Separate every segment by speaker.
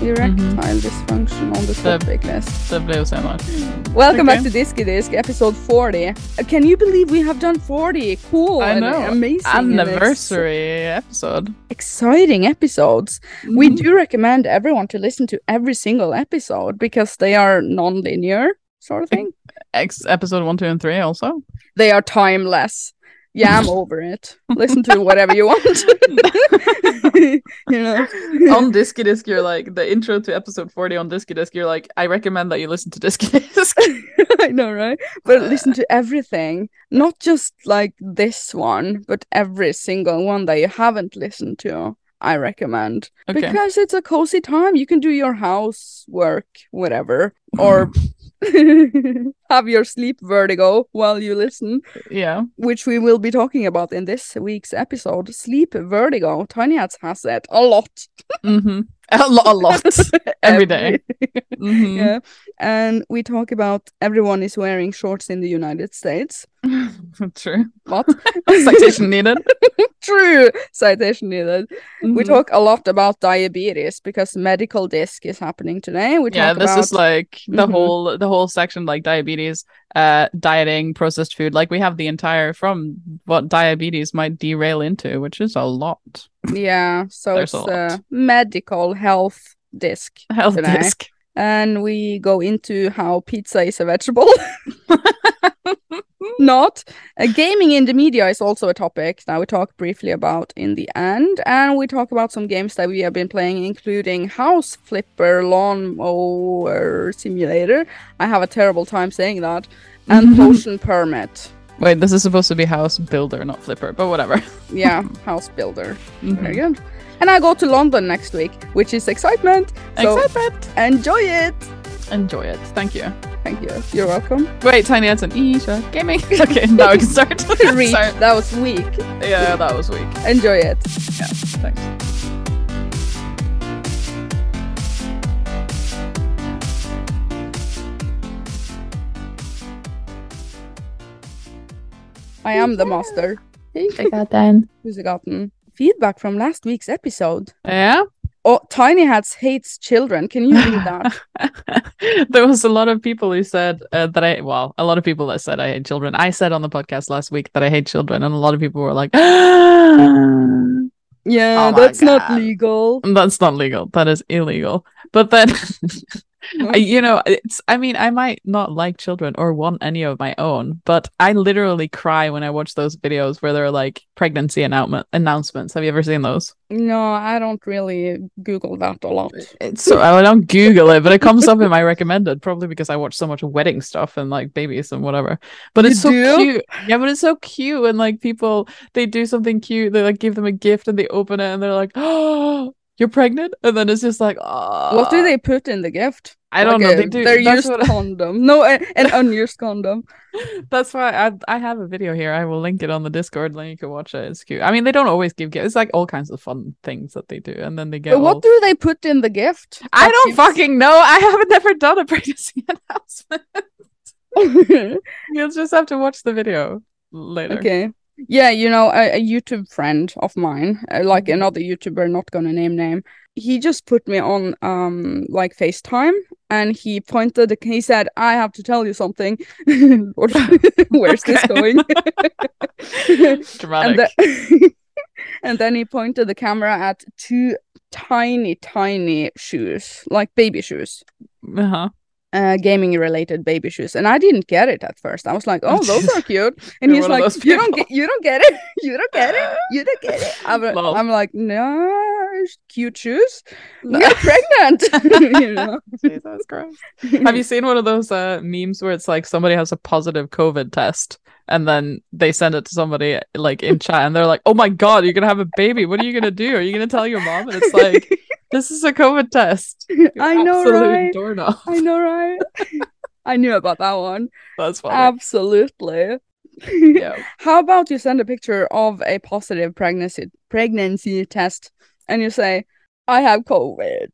Speaker 1: Erectile dysfunction on the
Speaker 2: Mm-hmm. The-
Speaker 1: topic list.
Speaker 2: Det ble jo senere.
Speaker 1: Welcome back
Speaker 2: okay.
Speaker 1: to Disky Disk, episode 40. Uh, Can you believe we have done 40? Cool.
Speaker 2: I
Speaker 1: and
Speaker 2: know.
Speaker 1: Amazing. and ex-
Speaker 2: Anniversary episode.
Speaker 1: exciting episodes. We
Speaker 2: Mm-hmm.
Speaker 1: do recommend everyone to listen to every single episode because they are non-linear sort of thing.
Speaker 2: Ex episode one, two, and three also.
Speaker 1: They are timeless. Yeah, I'm over it. Listen to whatever you want. you know.
Speaker 2: on Disky Disk, you're like the intro to episode 40 on Disky Disk. You're like, I recommend that you listen to Disky Disk.
Speaker 1: I know, right?
Speaker 2: Uh,
Speaker 1: But listen to everything, not just like this one, but every single one that you haven't listened to. I recommend
Speaker 2: Okay.
Speaker 1: because it's a cozy time. You can do your housework, whatever,
Speaker 2: Mm-hmm.
Speaker 1: or have your sleep vertigo while you listen,
Speaker 2: yeah.
Speaker 1: which we will be talking about in this week's episode. Sleep vertigo. Tiny Hats has it a lot
Speaker 2: hmm A, lo- a lot. Every day. Mhm.
Speaker 1: Yeah. And we talk about everyone is wearing shorts in the United States.
Speaker 2: True.
Speaker 1: What?
Speaker 2: Citation needed.
Speaker 1: True citation needed. We
Speaker 2: Mhm.
Speaker 1: talk a lot about diabetes because medical disc is happening today. We talk
Speaker 2: yeah, this
Speaker 1: about
Speaker 2: is like the
Speaker 1: Mhm.
Speaker 2: whole the whole section like diabetes, uh, dieting, processed food. Like we have the entire from what diabetes might derail into, which is a lot.
Speaker 1: yeah, so
Speaker 2: There's
Speaker 1: it's
Speaker 2: a
Speaker 1: uh,
Speaker 2: lot.
Speaker 1: medical health disc,
Speaker 2: Health
Speaker 1: Today.
Speaker 2: disc.
Speaker 1: and we go into how pizza is a vegetable. Not uh, gaming in the media is also a topic that we talk briefly about in the end, and we talk about some games that we have been playing, including House Flipper, Lawnmower Simulator. I have a terrible time saying that, and Potion Permit.
Speaker 2: Wait, this is supposed to be house builder, not flipper, but whatever.
Speaker 1: Yeah, House Builder. Very
Speaker 2: Mhm.
Speaker 1: good. And I go to London next week, which is excitement. So
Speaker 2: Except
Speaker 1: enjoy it.
Speaker 2: enjoy it. Thank you.
Speaker 1: Thank you. You're welcome.
Speaker 2: Wait, Tiny Ed's and Isha gaming. Okay, now we can start.
Speaker 1: Reach.
Speaker 2: Sorry.
Speaker 1: That was weak.
Speaker 2: Yeah, that was weak.
Speaker 1: Enjoy it.
Speaker 2: Yeah, thanks.
Speaker 1: I am the master.
Speaker 3: Check out then.
Speaker 1: Who's gotten feedback from last week's episode?
Speaker 2: Yeah.
Speaker 1: Oh, Tiny Hats hates children. Can you read
Speaker 2: Oh
Speaker 1: that?
Speaker 2: there was a lot of people who said uh, that I, well, a lot of people that said I hate children. I said on the podcast last week that I hate children, and a lot of people were like,
Speaker 3: Um,
Speaker 2: "That's
Speaker 1: yeah,
Speaker 2: Oh my
Speaker 1: that's not
Speaker 2: God.
Speaker 1: legal.
Speaker 2: not legal. That is illegal." But then, I- you know, it's. I mean, I might not like children or want any of my own, but I literally cry when I watch those videos where they're like pregnancy announcement announcements. Have you ever seen those?
Speaker 1: No, I don't really Google that a lot.
Speaker 2: It's so I don't Google it, but it comes up in my recommended, probably because I watch so much wedding stuff and like babies and whatever. But
Speaker 1: You
Speaker 2: it's so
Speaker 1: do?
Speaker 2: cute. Yeah, but it's so cute. And like people, they do something cute. They like give them a gift and they open it and they're like, "Oh, you're pregnant," and then it's just like, "Oh."
Speaker 1: What do they put in the gift?
Speaker 2: I don't
Speaker 1: Like
Speaker 2: know. They
Speaker 1: a-
Speaker 2: do.
Speaker 1: Their
Speaker 2: That's,
Speaker 1: used
Speaker 2: what-
Speaker 1: condom. No, a- an unused condom.
Speaker 2: that's why I I have a video here. I will link it on the Discord. Then you can watch it. It's cute. I mean, they don't always give gifts. It's like all kinds of fun things that they do, and then they get.
Speaker 1: But
Speaker 2: all-
Speaker 1: what do they put in the gift?
Speaker 2: I
Speaker 1: That
Speaker 2: don't
Speaker 1: is-
Speaker 2: fucking know. I haven't never done a pregnancy announcement. You'll just have to watch the video later.
Speaker 1: Okay. Yeah, you know, a, a YouTube friend of mine, uh, like
Speaker 2: Mm-hmm.
Speaker 1: another YouTuber, not gonna name name, he just put me on um like FaceTime and he pointed, he said, I have to tell you something. What- Where's this
Speaker 2: Okay.
Speaker 1: going? and,
Speaker 2: Dramatic.
Speaker 1: the- and then he pointed the camera at two tiny, tiny shoes, like baby shoes,
Speaker 2: uh-huh.
Speaker 1: uh, gaming related baby shoes. And I didn't get it at first. I was like, oh, those are cute. And
Speaker 2: You're
Speaker 1: he's
Speaker 2: one of
Speaker 1: like,
Speaker 2: those
Speaker 1: you don't
Speaker 2: people.
Speaker 1: get, you don't get it. You don't get it. You don't get it. I'm,
Speaker 2: Lol.
Speaker 1: I'm like, no, cute shoes. You're pregnant. you know?
Speaker 2: Jesus Christ. Have you seen one of those uh, memes where it's like somebody has a positive COVID test and then they send it to somebody like in chat and they're like, oh my God, you're going to have a baby. What are you going to do? Are you going to tell your mom? And it's like, this is a COVID test. You're
Speaker 1: I know,
Speaker 2: absolute
Speaker 1: right?
Speaker 2: Doorknob.
Speaker 1: I know, right? I knew about that one.
Speaker 2: That's funny.
Speaker 1: Absolutely.
Speaker 2: yeah.
Speaker 1: How about you send a picture of a positive pregnancy pregnancy test and you say, I have COVID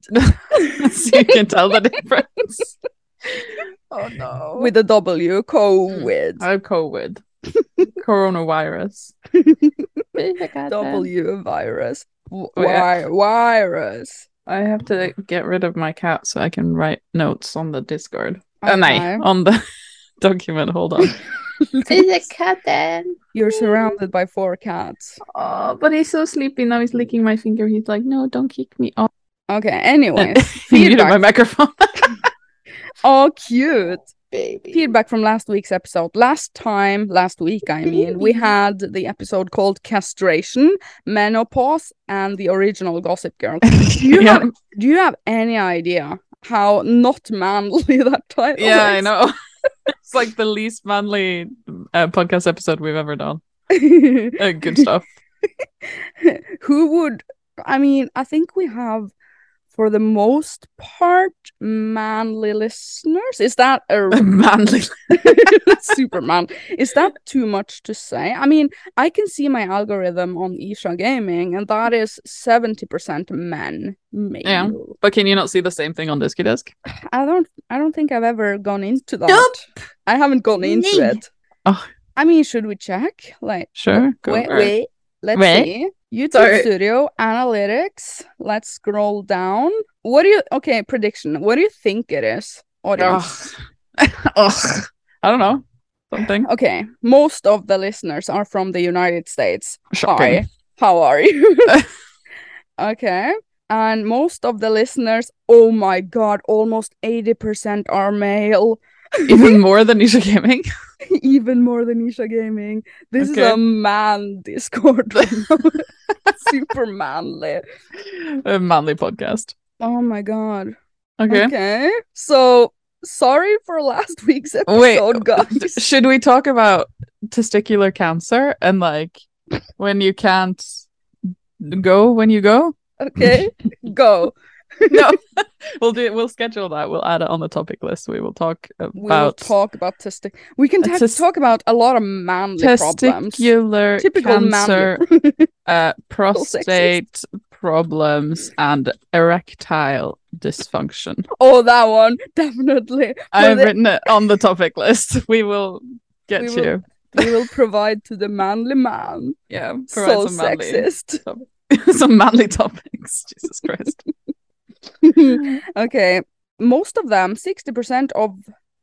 Speaker 2: so you can tell the difference. oh no.
Speaker 1: with a W, COVID.
Speaker 2: I have COVID. Coronavirus.
Speaker 3: Check out then.
Speaker 1: W virus. W-
Speaker 2: Oh, yeah.
Speaker 1: Wi- virus.
Speaker 2: I have to get rid of my cat so I can write notes on the Discord. Oh,
Speaker 1: Okay.
Speaker 2: no, on the document. Hold on.
Speaker 3: It's a cat then.
Speaker 1: You're surrounded by four cats.
Speaker 2: oh, but he's so sleepy now. He's licking my finger. He's like, no, don't kick me off.
Speaker 1: Okay, anyway.
Speaker 2: He muted
Speaker 1: feedback.
Speaker 2: my microphone.
Speaker 1: oh, cute.
Speaker 3: Baby.
Speaker 1: Feedback from last week's episode. Last time, last week, I mean, we
Speaker 3: Baby.
Speaker 1: had the episode called Castration, Menopause, and the original Gossip Girl. You
Speaker 2: yeah,
Speaker 1: have- Do you have any idea how not manly that title
Speaker 2: yeah, I
Speaker 1: is?
Speaker 2: know. it's like the least manly uh, podcast episode we've ever done.
Speaker 1: know.
Speaker 2: Uh, good stuff.
Speaker 1: Who would, I mean, I think we have, for the most part, manly listeners. Is that a
Speaker 2: manly.
Speaker 1: Superman. Is that too much to say? I mean, I can see my algorithm on Isha Gaming, and that is 70% men male.
Speaker 2: Yeah. But can you not see the same thing on Disky Desk?
Speaker 1: I don't I don't think I've ever gone into that.
Speaker 3: Nope.
Speaker 1: I haven't gone into
Speaker 3: Nee.
Speaker 1: it.
Speaker 2: Oh.
Speaker 1: I mean, should we check? Like
Speaker 2: Sure. Go
Speaker 1: wait,
Speaker 2: for it.
Speaker 1: wait. Let's
Speaker 2: Wait.
Speaker 1: see. YouTube
Speaker 3: Sorry.
Speaker 1: Studio Analytics. Let's scroll down. What do you okay, prediction. What do you think it is? Audience.
Speaker 2: Ugh. Ugh. I don't know. Something.
Speaker 1: Okay. Most of the listeners are from the United States.
Speaker 2: Shocking.
Speaker 1: Hi, how are you? okay. And most of the listeners, oh my god, almost 80% are male,
Speaker 2: Even more than Nisha Gaming.
Speaker 1: even more than Isha Gaming. This is
Speaker 2: Okay.
Speaker 1: a man Discord. right now. Super manly.
Speaker 2: A manly podcast.
Speaker 1: Oh my god.
Speaker 2: Okay.
Speaker 1: Okay. So sorry for last week's
Speaker 2: Wait,
Speaker 1: episode, guys.
Speaker 2: Should we talk about testicular cancer and like when you can't go when you go?
Speaker 1: Okay. Go.
Speaker 2: No. we'll do we'll schedule that. We'll add it on the topic list. We will talk about
Speaker 1: We will talk about testic. We can
Speaker 2: Uh,
Speaker 1: ta-
Speaker 2: tes-
Speaker 1: talk about a lot of manly problems.
Speaker 2: testicular
Speaker 1: Typical
Speaker 2: cancer.
Speaker 1: manly
Speaker 2: uh,
Speaker 1: sexist.
Speaker 2: prostate problems and erectile dysfunction.
Speaker 1: Oh, that one definitely.
Speaker 2: I've
Speaker 1: the-
Speaker 2: written it on the topic list. We will get
Speaker 1: We
Speaker 2: you.
Speaker 1: will- We will provide to the manly man.
Speaker 2: Yeah, provide
Speaker 1: So
Speaker 2: some manly,
Speaker 1: sexist.
Speaker 2: some manly topics. Jesus Christ.
Speaker 1: okay, most of them, sixty percent of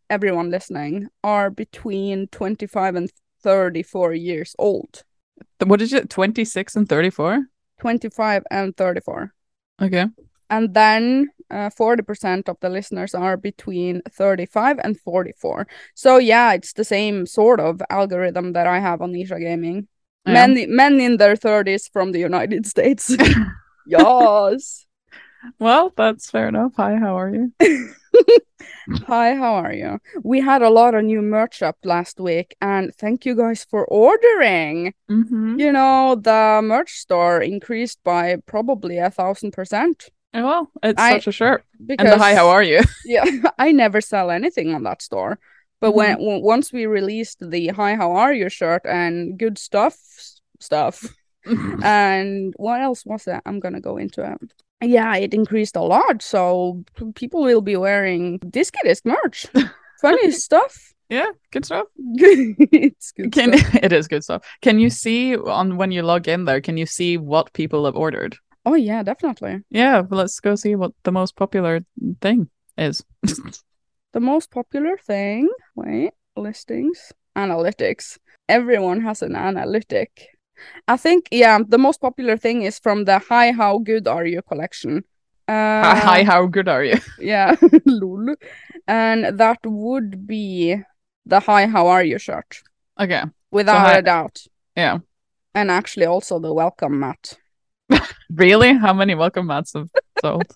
Speaker 1: everyone listening, are between twenty-five and thirty-four years old.
Speaker 2: what did you? Twenty six and thirty four.
Speaker 1: Twenty-five and thirty-four,
Speaker 2: Okay.
Speaker 1: and then uh, forty percent of the listeners are between thirty-five and forty-four. So yeah, it's the same sort of algorithm that I have on Nisha Gaming.
Speaker 2: Yeah.
Speaker 1: Men men in their thirties from the United States. yes.
Speaker 2: Well, that's fair enough. Hi, how are you?
Speaker 1: Hi, how are you? We had a lot of new merch up last week, and thank you guys for ordering.
Speaker 2: Mm-hmm.
Speaker 1: You know, the merch store increased by probably a thousand percent.
Speaker 2: Well, it's
Speaker 1: I-
Speaker 2: such a shirt.
Speaker 1: Because
Speaker 2: And the hi, how are you?
Speaker 1: yeah, I never sell anything on that store. But
Speaker 2: Mhm.
Speaker 1: when w- once we released the "Hi, how are you?" shirt and good stuff stuff, And what else was that? I'm gonna go into it. Yeah, it increased a lot, so p- people will be wearing Disky Disc merch. Funny stuff.
Speaker 2: yeah, good stuff.
Speaker 1: it's good.
Speaker 2: Can
Speaker 1: stuff.
Speaker 2: it is good stuff. Can you see on when you log in there? Can you see what people have ordered?
Speaker 1: Oh yeah, definitely.
Speaker 2: Yeah, well, let's go see what the most popular thing is.
Speaker 1: The most popular thing. Wait, listings, analytics. Everyone has an analytic. I think yeah, the most popular thing is from the "Hi, how good are you?" collection. Uh,
Speaker 2: Hi, how good are you?
Speaker 1: Yeah, lol. And that would be the hi, how are you shirt,
Speaker 2: Okay.
Speaker 1: without
Speaker 2: hi-
Speaker 1: a doubt.
Speaker 2: Yeah.
Speaker 1: And actually, also the welcome mat.
Speaker 2: Really? How many welcome mats have sold?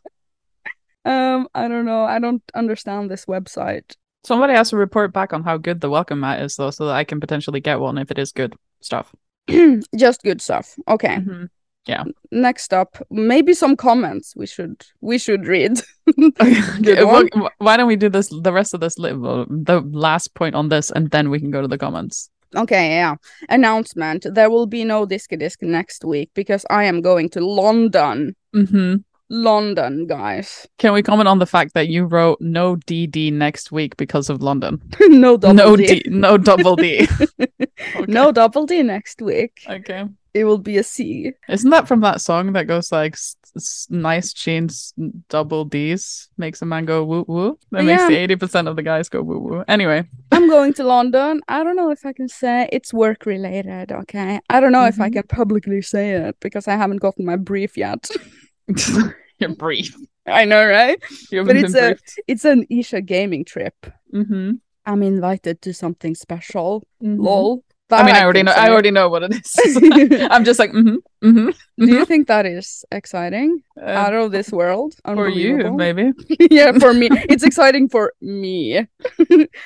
Speaker 1: Um, I don't know. I don't understand this website.
Speaker 2: Somebody has to report back on how good the welcome mat is, though, so that I can potentially get one if it is good stuff.
Speaker 1: Just good stuff. Okay.
Speaker 2: Mhm.
Speaker 1: Next up, maybe some comments we should we should read.
Speaker 2: Okay,
Speaker 1: one.
Speaker 2: wh- wh- Why don't we do this? The rest of this, li- well, the last point on this, and then we can go to the comments.
Speaker 1: Okay, yeah. Announcement. There will be no Disky Disc next week because I am going to London. Mm-hmm.
Speaker 2: hmm
Speaker 1: London, guys.
Speaker 2: Can we comment on the fact that you wrote no DD next week because of London?
Speaker 1: no double
Speaker 2: no
Speaker 1: D.
Speaker 2: D, no double D. Okay.
Speaker 1: No double D next week.
Speaker 2: Okay.
Speaker 1: it will be a C.
Speaker 2: Isn't that from that song that goes like s- s- nice jeans, double D's makes a man go woo woo? That makes
Speaker 1: Oh, Yeah.
Speaker 2: the eighty percent of the guys go woo woo. Anyway,
Speaker 1: I'm going to London. I don't know if I can say it's work related, okay? I don't know if I
Speaker 2: Mhm.
Speaker 1: can publicly say it because I haven't gotten my brief yet.
Speaker 2: you're brief.
Speaker 1: I know, right?
Speaker 2: You
Speaker 1: But
Speaker 2: haven't been
Speaker 1: it's a-
Speaker 2: briefed.
Speaker 1: It's an Isha gaming trip.
Speaker 2: Mm-hmm.
Speaker 1: I'm invited to something special. Lol. That
Speaker 2: I mean, I already
Speaker 1: can
Speaker 2: know. I
Speaker 1: say.
Speaker 2: already know what it is. I'm just like, mm-hmm, mm-hmm.
Speaker 1: Do you think that is exciting?
Speaker 2: Uh,
Speaker 1: Out of this world?
Speaker 2: for you,
Speaker 1: Unbelievable.
Speaker 2: maybe.
Speaker 1: yeah, for me. It's exciting for me.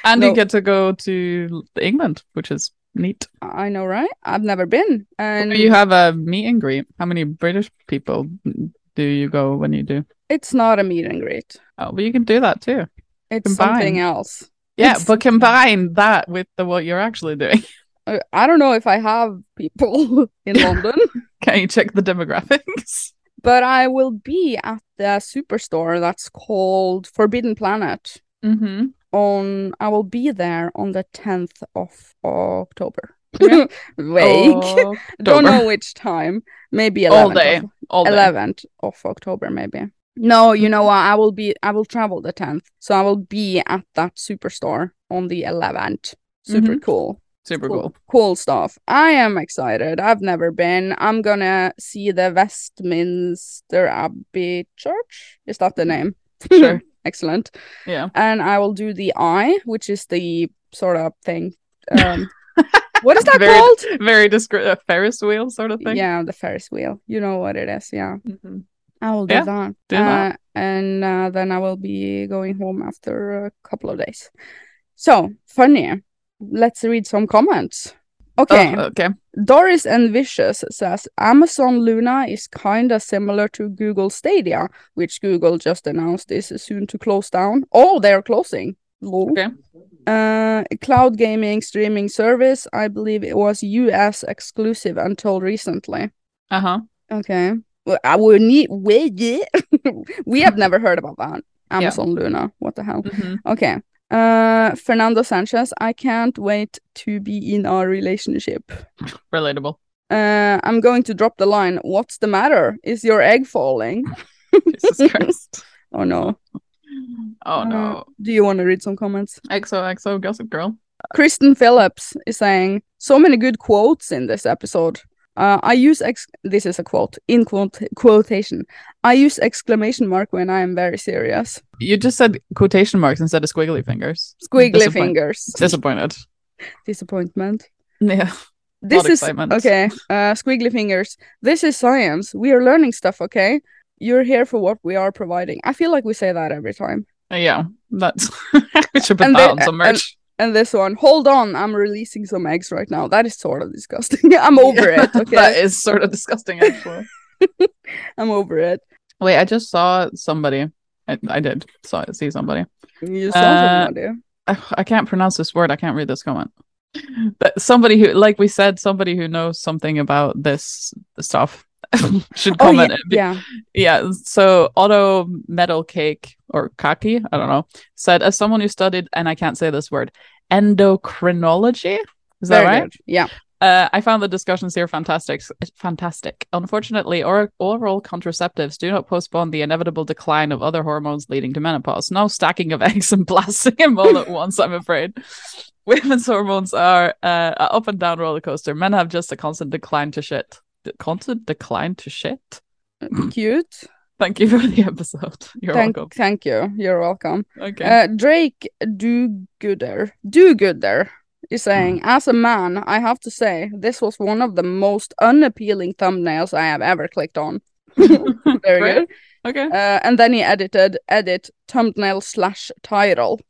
Speaker 2: And
Speaker 1: No.
Speaker 2: you get to go to England, which is neat.
Speaker 1: I know, right? I've never been. And
Speaker 2: you have a meet and greet. How many British people do you go when you do?
Speaker 1: it's not a meet and greet.
Speaker 2: Oh, well, you can do that too.
Speaker 1: It's
Speaker 2: Combined.
Speaker 1: something else.
Speaker 2: Yeah,
Speaker 1: It's-
Speaker 2: but combine that with the what you're actually doing.
Speaker 1: Uh, I don't know if I have people in London,
Speaker 2: Can you check the demographics?
Speaker 1: but I will be at the superstore that's called Forbidden Planet.
Speaker 2: Mm-hmm.
Speaker 1: On I will be there on the tenth of October.
Speaker 2: Okay.
Speaker 1: Vague.
Speaker 2: Oh,
Speaker 1: Don't know which time. Maybe
Speaker 2: All
Speaker 1: 11th
Speaker 2: day.
Speaker 1: of-
Speaker 2: All day.
Speaker 1: 11th of October maybe. No, you know what? I will be I will travel the 10th. So I will be at that superstore on the 11th.
Speaker 2: Mm-hmm.
Speaker 1: Super cool.
Speaker 2: Super
Speaker 1: cool.
Speaker 2: cool.
Speaker 1: Cool stuff. I am excited. I've never been. I'm gonna see the Westminster Abbey Church. Is that the name?
Speaker 2: Sure.
Speaker 1: Excellent.
Speaker 2: Yeah.
Speaker 1: And I will do the eye, which is the sort of thing. Um, what is that
Speaker 2: Very
Speaker 1: called?
Speaker 2: Very discreet. A Ferris wheel sort of thing.
Speaker 1: Yeah, the Ferris wheel. You know what it is. Yeah.
Speaker 2: Mm-hmm.
Speaker 1: I will do
Speaker 2: Yeah,
Speaker 1: that.
Speaker 2: do
Speaker 1: uh,
Speaker 2: that.
Speaker 1: And uh, then I will be going home after a couple of days. So, funny. Let's read some comments. Okay.
Speaker 2: Oh, okay.
Speaker 1: Doris and Vicious says Amazon Luna is kinda similar to Google Stadia, which Google just announced is soon to close down. Oh, they're closing. Lol.
Speaker 2: Okay.
Speaker 1: Uh, cloud gaming streaming service. I believe it was US exclusive until recently.
Speaker 2: Uh huh.
Speaker 1: Okay. Well, I would need we we have never heard about that. Amazon Luna. What the hell?
Speaker 2: hmm
Speaker 1: Okay. Uh Fernando Sanchez, I can't wait to be in our relationship.
Speaker 2: Relatable.
Speaker 1: Uh I'm going to drop the line. What's the matter? Is your egg falling?
Speaker 2: Jesus Christ.
Speaker 1: Oh no.
Speaker 2: Oh
Speaker 1: Uh,
Speaker 2: no.
Speaker 1: Do you want to read some comments?
Speaker 2: XOXO Gossip Girl.
Speaker 1: Kristen Phillips is saying so many good quotes in this episode. Uh, I use ex- this is a quote in quote- quotation. I use exclamation mark when I am very serious.
Speaker 2: You just said quotation marks instead of squiggly fingers.
Speaker 1: Squiggly
Speaker 2: Disappoint-
Speaker 1: fingers.
Speaker 2: Disappointed.
Speaker 1: Disappointment.
Speaker 2: Yeah.
Speaker 1: This is
Speaker 2: excitement.
Speaker 1: okay. Uh, squiggly fingers. This is science. We are learning stuff. Okay, you're here for what we are providing. I feel like we say that every time.
Speaker 2: Uh, Yeah. That's we should put
Speaker 1: And
Speaker 2: that
Speaker 1: the-
Speaker 2: on some
Speaker 1: and-
Speaker 2: merch.
Speaker 1: And this one. Hold on, I'm releasing some eggs right now. That is sort of disgusting. I'm over it.
Speaker 2: that
Speaker 1: Okay,
Speaker 2: is sort of disgusting actually.
Speaker 1: I'm over it.
Speaker 2: Wait, I just saw somebody. I, I did saw see somebody.
Speaker 1: You saw
Speaker 2: Uh,
Speaker 1: somebody.
Speaker 2: I, I can't pronounce this word. I can't read this comment. But somebody who, like we said, somebody who knows something about this stuff should
Speaker 1: Oh
Speaker 2: comment.
Speaker 1: yeah,
Speaker 2: it.
Speaker 1: yeah.
Speaker 2: Yeah, so Otto Metal Cake or Kaki, I don't know, said as someone who studied, and I can't say this word, endocrinology. Is that
Speaker 1: Very
Speaker 2: right?
Speaker 1: good. Yeah.
Speaker 2: Uh, I found the discussions here fantastic. Fantastic. Unfortunately, or- oral contraceptives do not postpone the inevitable decline of other hormones leading to menopause. No stacking of eggs and blasting them all at once, I'm afraid. Women's hormones are uh, a up and down roller coaster. Men have just a constant decline to shit. D- constant decline to shit.
Speaker 1: Cute.
Speaker 2: Thank you for the episode. You're
Speaker 1: thank,
Speaker 2: welcome.
Speaker 1: thank you. You're welcome.
Speaker 2: Okay.
Speaker 1: Uh, Drake Do Gooder, Do Gooder is saying,
Speaker 2: Hmm.
Speaker 1: as a man, I have to say this was one of the most unappealing thumbnails I have ever clicked on. Very
Speaker 2: Great.
Speaker 1: good.
Speaker 2: okay.
Speaker 1: Uh, and then he edited edit thumbnail slash title.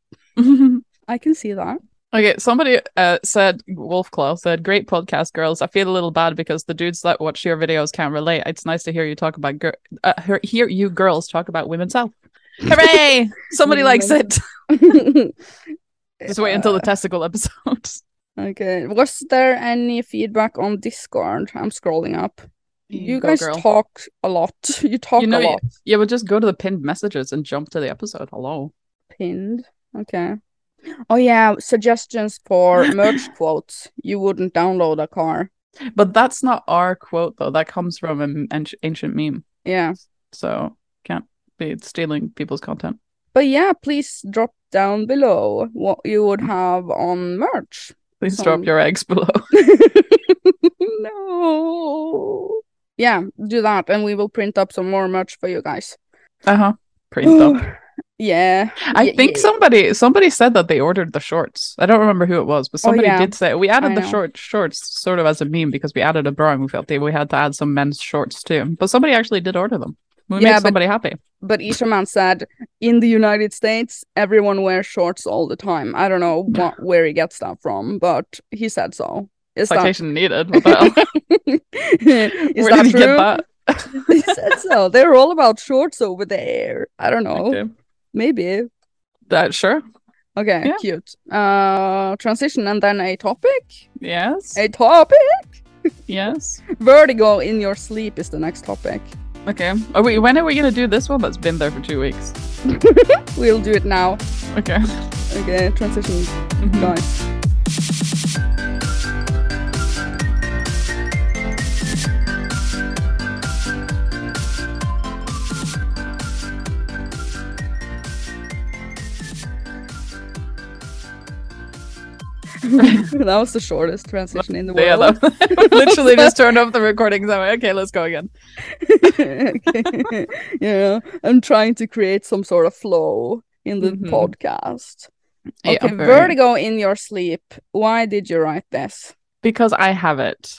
Speaker 1: I can see that.
Speaker 2: okay. Somebody uh, said, Wolf Claw said, Great podcast, girls. I feel a little bad because the dudes that watch your videos can't relate. It's nice to hear you talk about, gir- uh, hear- hear you girls talk about women's health. Hooray! Somebody likes it. Just wait until the testicle episode.
Speaker 1: Uh, okay. Was there any feedback on Discord? I'm scrolling up. You
Speaker 2: Go,
Speaker 1: guys
Speaker 2: girl.
Speaker 1: talk a lot. You talk
Speaker 2: You know,
Speaker 1: a lot.
Speaker 2: yeah, but just go to the pinned messages and jump to the episode. Hello.
Speaker 1: pinned. Okay. Oh yeah, suggestions for merch quotes. You wouldn't download a car.
Speaker 2: But that's not our quote though. That comes from an anci- ancient meme.
Speaker 1: Yeah.
Speaker 2: So can't be stealing people's content.
Speaker 1: But yeah, please drop down below what you would have on merch.
Speaker 2: Please drop
Speaker 1: Some-
Speaker 2: your eggs below.
Speaker 1: no. Yeah, do that and we will print up some more merch for you guys.
Speaker 2: Uh huh. Print up.
Speaker 1: yeah.
Speaker 2: I
Speaker 3: Yeah,
Speaker 2: think
Speaker 3: yeah.
Speaker 2: somebody somebody said that they ordered the shorts. I don't remember who it was, but
Speaker 1: Oh,
Speaker 2: somebody
Speaker 1: yeah.
Speaker 2: did say we
Speaker 1: I
Speaker 2: added the
Speaker 1: know.
Speaker 2: short shorts sort of as a meme because we added a bra and we felt that we had to add some men's shorts too. But somebody actually did order them. We
Speaker 1: Yeah,
Speaker 2: made
Speaker 1: but-
Speaker 2: somebody happy.
Speaker 1: But Isherman said in the United States, everyone wears shorts all the time. I don't know what, where he gets that from, but he said so. Is that,
Speaker 2: Citation needed. What the hell?
Speaker 1: is
Speaker 2: Where
Speaker 1: that
Speaker 2: did you
Speaker 1: true?
Speaker 2: get that?
Speaker 1: he said so. They're all about shorts over there. I don't know.
Speaker 2: Okay.
Speaker 1: Maybe.
Speaker 2: That sure.
Speaker 1: Okay,
Speaker 2: Yeah.
Speaker 1: cute. Uh, transition and then a topic.
Speaker 2: Yes.
Speaker 1: A topic.
Speaker 2: Yes.
Speaker 1: Vertigo in your sleep is the next topic.
Speaker 2: Okay. Are we, when are we gonna do this one that's been there for two weeks?
Speaker 1: We'll do it now.
Speaker 2: Okay.
Speaker 1: Okay, transition,
Speaker 2: Mhm.
Speaker 1: guys. that was the shortest transition in the
Speaker 2: Yeah,
Speaker 1: world.
Speaker 2: that- literally just turned off the recording. So I'm like, okay, let's go again.
Speaker 1: you know, I'm trying to create some sort of flow in the
Speaker 2: Mhm.
Speaker 1: podcast.
Speaker 2: Yeah,
Speaker 1: Okay,
Speaker 2: very-
Speaker 1: vertigo in your sleep. Why did you write this?
Speaker 2: Because I have it.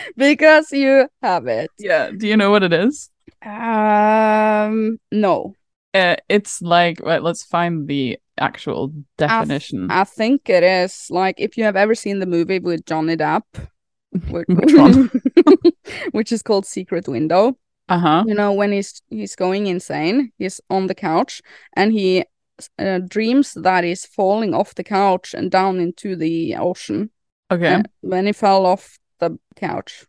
Speaker 1: because you have it.
Speaker 2: Yeah. Do you know what it is?
Speaker 1: Um, no,
Speaker 2: Uh, it's like right, let's find the actual definition.
Speaker 1: I think it is like if you have ever seen the movie with Johnny Depp, which,
Speaker 2: Which one?
Speaker 1: which is called Secret Window.
Speaker 2: Uh huh.
Speaker 1: you know when he's he's going insane he's on the couch and he uh, dreams that he's falling off the couch and down into the ocean
Speaker 2: Okay.
Speaker 1: and when he fell off the couch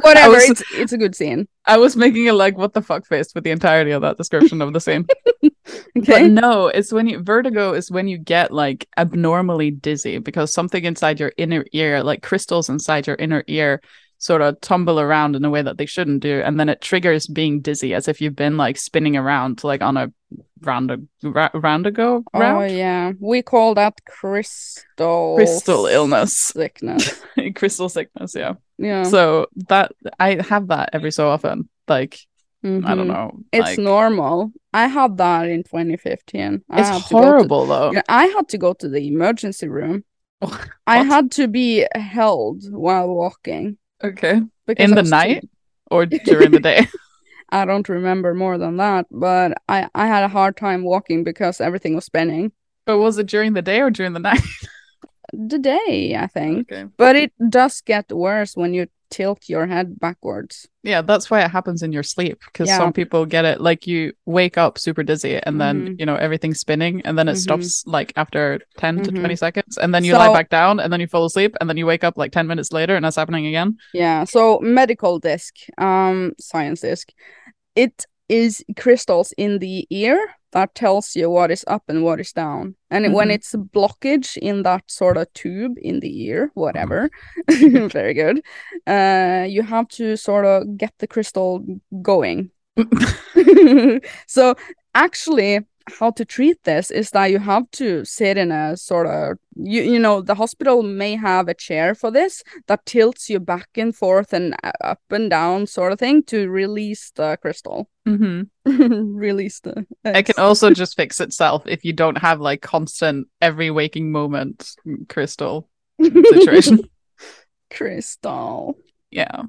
Speaker 1: whatever
Speaker 2: was-
Speaker 1: it's, it's a good scene
Speaker 2: I was making a like what the fuck face with the entirety of that description of the scene. But
Speaker 1: okay
Speaker 2: no, it's when you vertigo is when you get like abnormally dizzy because something inside your inner ear, like crystals inside your inner ear, sort of tumble around in a way that they shouldn't do, and then it triggers being dizzy as if you've been like spinning around like on a round a ra- round ago
Speaker 1: oh
Speaker 2: round
Speaker 1: yeah we call that crystal
Speaker 2: crystal illness,
Speaker 1: sickness
Speaker 2: crystal sickness. Yeah.
Speaker 1: yeah
Speaker 2: So that I have that every so often. Like I
Speaker 1: mhm.
Speaker 2: don't know.
Speaker 1: it's
Speaker 2: like-
Speaker 1: normal i had that in 2015 I
Speaker 2: It's
Speaker 1: had to go to-
Speaker 2: horrible though.
Speaker 1: Yeah, I had to go to the emergency room.
Speaker 2: What?
Speaker 1: I had to be held while walking
Speaker 2: Okay.
Speaker 1: because
Speaker 2: In
Speaker 1: I
Speaker 2: the
Speaker 1: was too-
Speaker 2: night or during the day.
Speaker 1: I don't remember more than that, but I I had a hard time walking because everything was spinning.
Speaker 2: but was it during the day or during the night?
Speaker 1: The day, I think,
Speaker 2: Okay.
Speaker 1: but it does get worse when you tilt your head backwards.
Speaker 2: Yeah, that's why it happens in your sleep because
Speaker 1: Yeah.
Speaker 2: some people get it like you wake up super dizzy and then
Speaker 1: Mhm.
Speaker 2: you know everything's spinning and then it
Speaker 1: Mhm.
Speaker 2: stops like after 10 to
Speaker 1: Mhm.
Speaker 2: 20 seconds and then you lie
Speaker 1: So-
Speaker 2: back down and then you fall asleep and then you wake up like 10 minutes later and that's happening again.
Speaker 1: Yeah. So medical disc, um, science disc, it is crystals in the ear that tells you what is up and what is down. And it- when
Speaker 2: Mhm.
Speaker 1: it's a blockage in that sort of tube in the ear, whatever, very good. Uh, you have to sort of get the crystal going. so actually how to treat this is that you have to sit in a sort of you you know the hospital may have a chair for this that tilts you back and forth and uh, up and down sort of thing to release the crystal
Speaker 2: Mm-hmm.
Speaker 1: release the
Speaker 2: It can also just fix itself if you don't have like constant every waking moment mm, crystal situation.
Speaker 1: crystal
Speaker 2: yeah.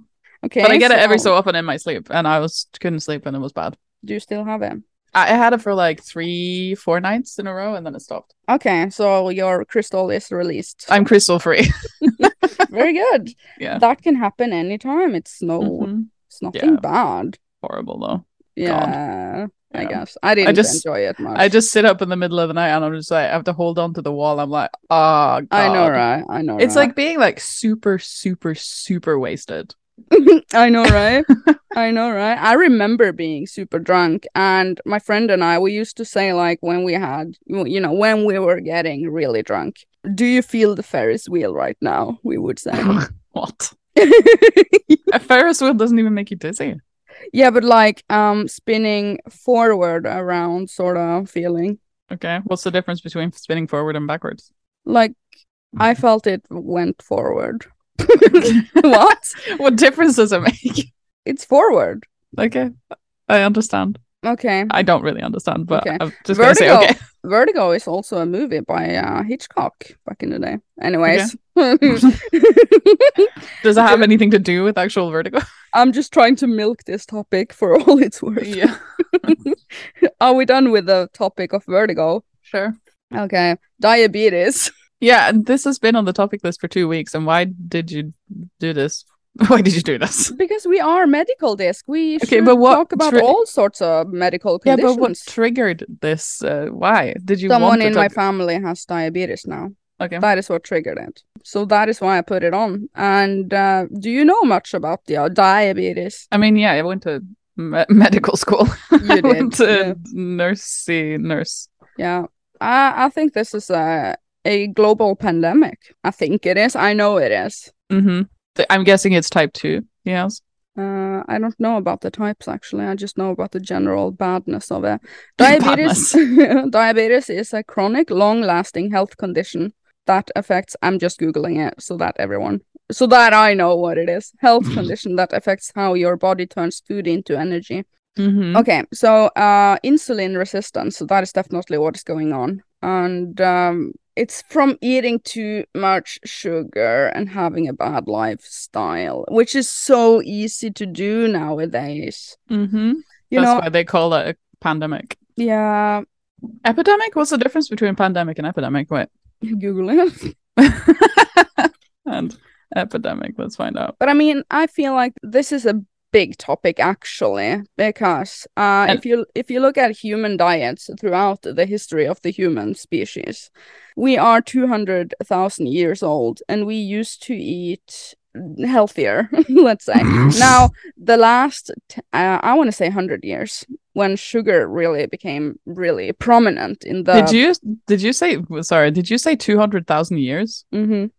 Speaker 1: okay
Speaker 2: but I get it every so often in my sleep, and I was couldn't sleep, and it was bad.
Speaker 1: do you still have it
Speaker 2: I, I had it for like three, four nights in a row, and then it stopped.
Speaker 1: okay so your crystal is released
Speaker 2: I'm crystal free.
Speaker 1: very good
Speaker 2: Yeah.
Speaker 1: that can happen anytime it's no
Speaker 2: Mhm.
Speaker 1: it's nothing
Speaker 2: Yeah.
Speaker 1: bad
Speaker 2: Horrible though.
Speaker 1: yeah I
Speaker 2: Yeah.
Speaker 1: guess I didn't
Speaker 2: just-
Speaker 1: enjoy it much.
Speaker 2: I just sit up in the middle of the night, and I'm just like, I have to hold on to the wall. I'm like, ah,
Speaker 1: I know,
Speaker 2: God."
Speaker 1: right? I know.
Speaker 2: It's
Speaker 1: right?
Speaker 2: like being like super, super, super wasted.
Speaker 1: I know, right? I know, right? I remember being super drunk, and my friend and I, we used to say, like, when we had, you know, when we were getting really drunk, do you feel the Ferris wheel right now? We would say.
Speaker 2: what? A Ferris wheel doesn't even make you dizzy.
Speaker 1: yeah, but like, um, spinning forward around sort of feeling.
Speaker 2: Okay. What's the difference between spinning forward and backwards?
Speaker 1: Like, I felt it went forward. what?
Speaker 2: What difference does it make?
Speaker 1: It's forward.
Speaker 2: Okay. I understand.
Speaker 1: Okay.
Speaker 2: I don't really understand, but
Speaker 1: Okay.
Speaker 2: I'm just going to say
Speaker 1: Vertigo.
Speaker 2: okay.
Speaker 1: Vertigo is also a movie by uh, Hitchcock back in the day. Anyways,
Speaker 2: Does it have anything to do with actual vertigo?
Speaker 1: I'm just trying to milk this topic for all it's worth. Are we done with the topic of vertigo?
Speaker 2: Sure.
Speaker 1: Okay, diabetes.
Speaker 2: Yeah, and this has been on the topic list for two weeks. And why did you do this? Why did you do this?
Speaker 1: Because we are medical disc, we
Speaker 2: Okay,
Speaker 1: should
Speaker 2: but what
Speaker 1: talk about
Speaker 2: tri-
Speaker 1: all sorts of medical
Speaker 2: Yeah,
Speaker 1: conditions.
Speaker 2: but what triggered this? Uh, why did you want
Speaker 1: Someone
Speaker 2: to
Speaker 1: in my
Speaker 2: talk-
Speaker 1: family has diabetes now.
Speaker 2: Okay.
Speaker 1: That is what triggered it. So that is why I put it on. And uh, do you know much about the uh, diabetes?
Speaker 2: I mean, yeah, I went to me- medical school.
Speaker 1: You
Speaker 2: I went
Speaker 1: did. yeah.
Speaker 2: to nursey nurse.
Speaker 1: Yeah, I I think this is a a global pandemic. I think it is. I know it is.
Speaker 2: Mm-hmm. I'm guessing it's type two. Yes.
Speaker 1: Uh, I don't know about the types actually. I just know about the general badness of it. Diabetes. diabetes is a chronic, long-lasting health condition that affects. I'm just googling it so that everyone, so that I know what it is. Health condition that affects how your body turns food into energy.
Speaker 2: Mm-hmm.
Speaker 1: Okay, so uh, insulin resistance, so that is definitely what is going on. And um, it's from eating too much sugar and having a bad lifestyle, which is so easy to do nowadays.
Speaker 2: Mm-hmm.
Speaker 1: You
Speaker 2: That's
Speaker 1: know,
Speaker 2: why they call it a pandemic.
Speaker 1: yeah,
Speaker 2: Epidemic? What's the difference between pandemic and epidemic? Wait.
Speaker 1: Google it.
Speaker 2: and epidemic. Let's find out.
Speaker 1: But I mean, I feel like this is a big topic actually, because uh,
Speaker 2: And-
Speaker 1: if you if you look at human diets throughout the history of the human species, we are two hundred thousand years old, and we used to eat healthier. let's say now the last t- uh, I want to say hundred years when sugar really became really prominent in the.
Speaker 2: did you did you say sorry? Did you say two hundred thousand years?
Speaker 1: Mhm.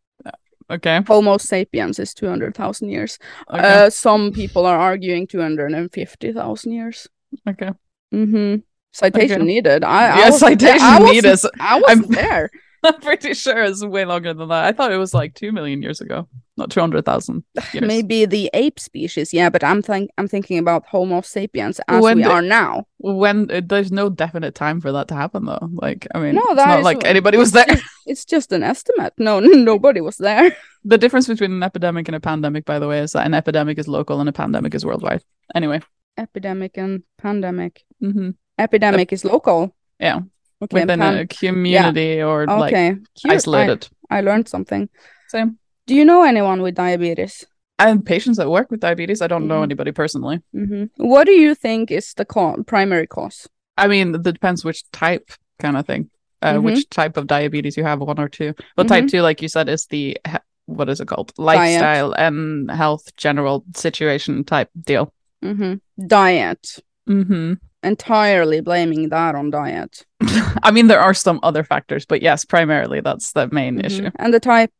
Speaker 2: Okay.
Speaker 1: Homo sapiens is two hundred thousand years.
Speaker 2: Okay.
Speaker 1: Uh, some people are arguing 250,000 years.
Speaker 2: okay.
Speaker 1: hmm Citation
Speaker 2: Mm-hmm. Okay.
Speaker 1: needed. I,
Speaker 2: Yeah,
Speaker 1: I wasn't there-
Speaker 2: citation
Speaker 1: I wasn't-
Speaker 2: needed.
Speaker 1: I wasn't
Speaker 2: I'm-
Speaker 1: there.
Speaker 2: I'm pretty sure it's way longer than that. I thought it was like two million years ago, not two hundred thousand years.
Speaker 1: Maybe the ape species, yeah, but I'm think I'm thinking about Homo sapiens as
Speaker 2: When
Speaker 1: we
Speaker 2: the-
Speaker 1: are now.
Speaker 2: When uh, there's no definite time for that to happen, though. Like, I mean,
Speaker 1: No,
Speaker 2: it's
Speaker 1: that
Speaker 2: not
Speaker 1: is
Speaker 2: like
Speaker 1: what-
Speaker 2: anybody was there.
Speaker 1: It's just an estimate. No, nobody was there.
Speaker 2: the difference between an epidemic and a pandemic, by the way, is that an epidemic is local and a pandemic is worldwide. Anyway,
Speaker 1: Epidemic and pandemic.
Speaker 2: hmm
Speaker 1: Epidemic is local.
Speaker 2: Yeah.
Speaker 1: Okay.
Speaker 2: within
Speaker 1: pan-
Speaker 2: a community or like
Speaker 1: okay. Cute. I-
Speaker 2: isolated.
Speaker 1: I learned something.
Speaker 2: Same.
Speaker 1: Do you know anyone with diabetes?
Speaker 2: I have patients that work with diabetes. I don't know
Speaker 1: Mhm.
Speaker 2: anybody personally.
Speaker 1: hmm What do you think is the co- primary cause?
Speaker 2: I mean, it depends which type kind of thing, uh,
Speaker 1: Mhm.
Speaker 2: which type of diabetes you have, one or two. But type
Speaker 1: Mm-hmm.
Speaker 2: two, like you said, is the he- what is it called? Lifestyle and health general situation type deal.
Speaker 1: hmm Diet. Mm-hmm.
Speaker 2: hmm
Speaker 1: entirely blaming that on diet.
Speaker 2: I mean, there are some other factors, but yes, primarily that's the main
Speaker 1: Mhm.
Speaker 2: issue.
Speaker 1: And the type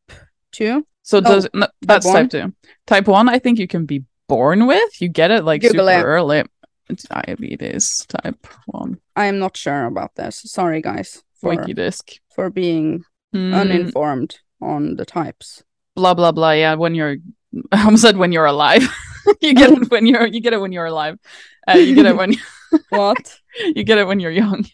Speaker 1: two.
Speaker 2: So does no, that's
Speaker 1: Oh, one?
Speaker 2: type two. Type one, I think you can be born with. You get it like
Speaker 1: Google
Speaker 2: super
Speaker 1: it.
Speaker 2: early. Diabetes type one.
Speaker 1: I am not sure about this. Sorry, guys, for
Speaker 2: Wiki disk.
Speaker 1: for being
Speaker 2: Mm.
Speaker 1: uninformed on the types.
Speaker 2: blah blah blah. Yeah, when you're, I almost said when you're alive. you get it when you're you get it when you're alive. Uh, you get it when
Speaker 1: What
Speaker 2: you get it when you're young.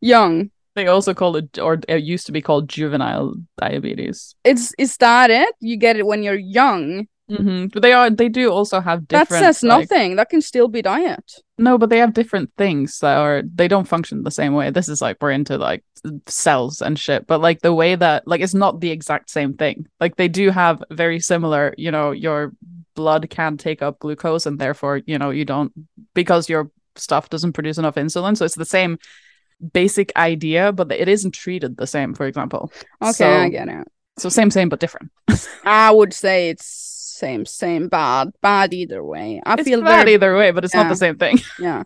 Speaker 1: young?
Speaker 2: They also call it, or it used to be called juvenile diabetes.
Speaker 1: It's is that it? You get it when you're young.
Speaker 2: hmm But they are they do also have different.
Speaker 1: Mm-hmm. that says
Speaker 2: like-
Speaker 1: nothing. that can still be diet.
Speaker 2: no, but they have different things that are they don't function the same way. This is like we're into like cells and shit, but like the way that like it's not the exact same thing. Like they do have very similar. You know, your blood can take up glucose, and therefore you know you don't because your stuff doesn't produce enough insulin. So it's the same basic idea, but it isn't treated the same. For example,
Speaker 1: Okay,
Speaker 2: So-
Speaker 1: I get it.
Speaker 2: so same, same but different.
Speaker 1: I would say it's same, same, bad, bad either way. I
Speaker 2: it's
Speaker 1: feel
Speaker 2: bad
Speaker 1: very
Speaker 2: either way, but it's not
Speaker 1: yeah.
Speaker 2: the same thing.
Speaker 1: yeah.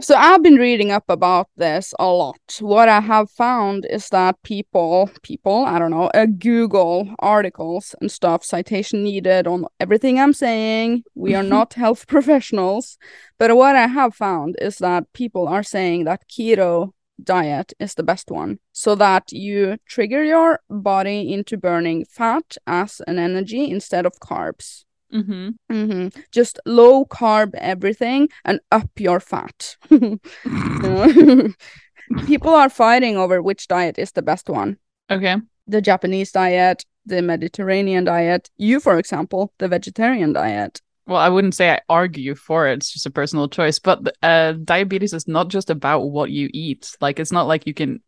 Speaker 1: So I've been reading up about this a lot. What I have found is that people, people, I don't know, uh, Google articles and stuff, citation needed on everything I'm saying. We are not health professionals, but what I have found is that people are saying that keto diet is the best one so that you trigger your body into burning fat as an energy instead of carbs.
Speaker 2: Mm-hmm.
Speaker 1: hmm Just low carb everything and up your fat. You Mm-hmm. know? People are fighting over which diet is the best one
Speaker 2: Okay.
Speaker 1: the Japanese diet, the Mediterranean diet, you, for example, the vegetarian diet.
Speaker 2: Well, I wouldn't say I argue for it. It's just a personal choice. But uh, diabetes is not just about what you eat. Like, it's not like you can,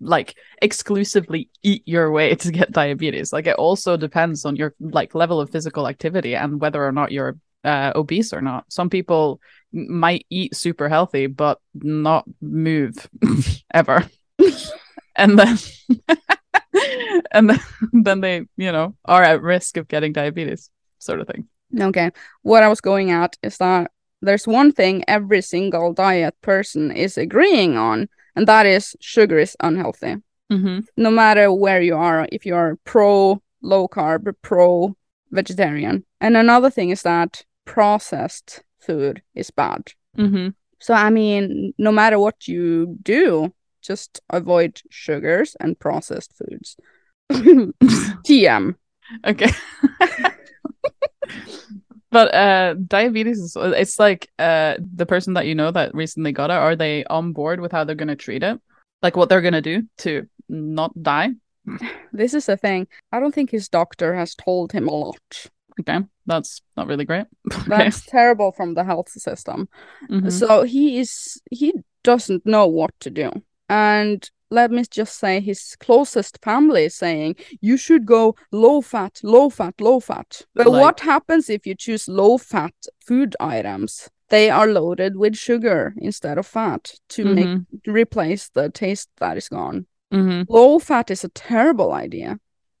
Speaker 2: like, exclusively eat your way to get diabetes. Like, it also depends on your like level of physical activity and whether or not you're uh, obese or not. Some people m- might eat super healthy but not move ever, and then. and then, then they, you know, are at risk of getting diabetes, sort of thing.
Speaker 1: Okay. What I was going at is that there's one thing every single diet person is agreeing on, and that is sugar is unhealthy.
Speaker 2: Mm-hmm.
Speaker 1: No matter where you are, if you are pro low carb, pro vegetarian. And another thing is that processed food is bad.
Speaker 2: Mm-hmm.
Speaker 1: So, I mean, no matter what you do, just avoid sugars and processed foods. TM.
Speaker 2: Okay. but uh diabetes is it's like uh the person that you know that recently got it, are they on board with how they're gonna treat it? Like what they're gonna do to not die?
Speaker 1: This is the thing. I don't think his doctor has told him a lot.
Speaker 2: Okay. That's not really great. Okay.
Speaker 1: That's terrible from the health system.
Speaker 2: Mhm.
Speaker 1: So he is he doesn't know what to do. And let me just say his closest family is saying you should go low fat, low fat, low fat. But
Speaker 2: Like-
Speaker 1: what happens if you choose low fat food items? They are loaded with sugar instead of fat to make
Speaker 2: Mhm.
Speaker 1: to replace the taste that is gone.
Speaker 2: Mhm.
Speaker 1: Low fat is a terrible idea.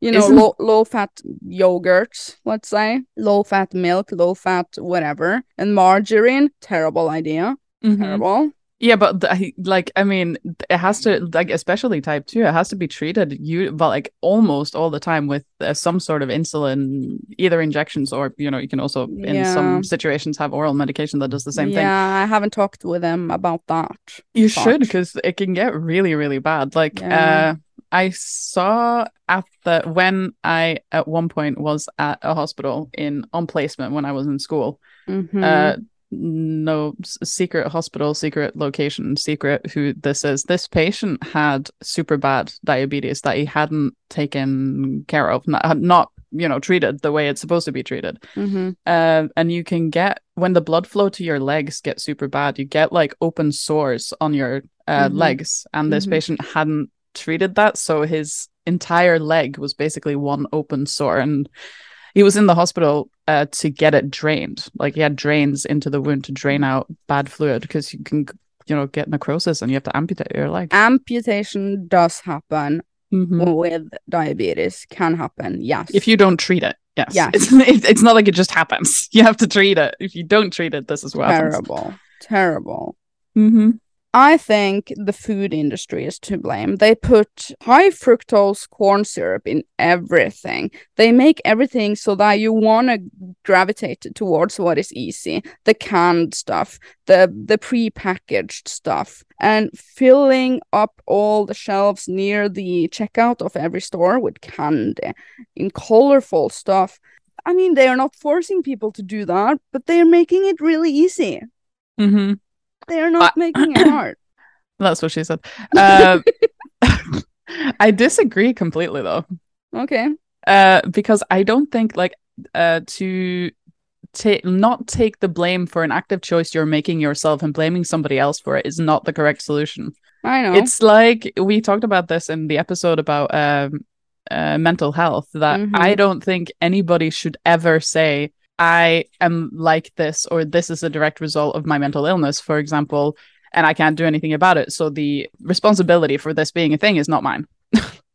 Speaker 1: You know,
Speaker 2: Isn't-
Speaker 1: low, low fat yogurt, let's say, low fat milk, low fat whatever, and margarine, terrible idea
Speaker 2: Mhm.
Speaker 1: terrible.
Speaker 2: Yeah, but th- I- like I mean, th- it has to like especially type two. It has to be treated you but like almost all the time with uh, some sort of insulin, either injections or you know you can also in
Speaker 1: Yeah.
Speaker 2: some situations have oral medication that does the same thing.
Speaker 1: Yeah, I haven't talked with them about that.
Speaker 2: You
Speaker 1: Fuck.
Speaker 2: should, because it can get really, really bad. Like,
Speaker 1: Yeah.
Speaker 2: uh, I saw at the when I at one point was at a hospital in on placement when I was in school.
Speaker 1: Mhm.
Speaker 2: Uh, no s- secret hospital, secret location, secret who this is. This patient had super bad diabetes that he hadn't taken care of, not, had not you know treated the way it's supposed to be treated.
Speaker 1: Mhm.
Speaker 2: Um, and you can get when the blood flow to your legs gets super bad, you get like open sores on your uh,
Speaker 1: Mhm.
Speaker 2: legs. And this
Speaker 1: Mhm.
Speaker 2: patient hadn't treated that, so his entire leg was basically one open sore, and he was in the hospital uh, to get it drained. Like he had drains into the wound to drain out bad fluid because you can, you know, get necrosis and you have to amputate your leg.
Speaker 1: Amputation does happen
Speaker 2: Mhm.
Speaker 1: with diabetes, can happen, yes.
Speaker 2: If you don't treat it, yes,
Speaker 1: Yes.
Speaker 2: It's, it- it's not like it just happens. You have to treat it. If you don't treat it, this is what happens.
Speaker 1: terrible, terrible.
Speaker 2: hmm
Speaker 1: I think the food industry is to blame. They put high fructose corn syrup in everything. They make everything so that you want to gravitate towards what is easy, the canned stuff, the the prepackaged stuff, and filling up all the shelves near the checkout of every store with candy in colorful stuff. I mean, they are not forcing people to do that, but they are making it really easy.
Speaker 2: hmm
Speaker 1: They are not making it hard.
Speaker 2: That's what she said. Uh, I disagree completely though,
Speaker 1: Okay.
Speaker 2: uh, because I don't think like uh, to take not take the blame for an active choice you're making yourself and blaming somebody else for it is not the correct solution.
Speaker 1: I know.
Speaker 2: It's like we talked about this in the episode about um, uh, mental health that
Speaker 1: Mhm.
Speaker 2: I don't think anybody should ever say I am like this or this is a direct result of my mental illness, for example, and I can't do anything about it. So the responsibility for this being a thing is not mine.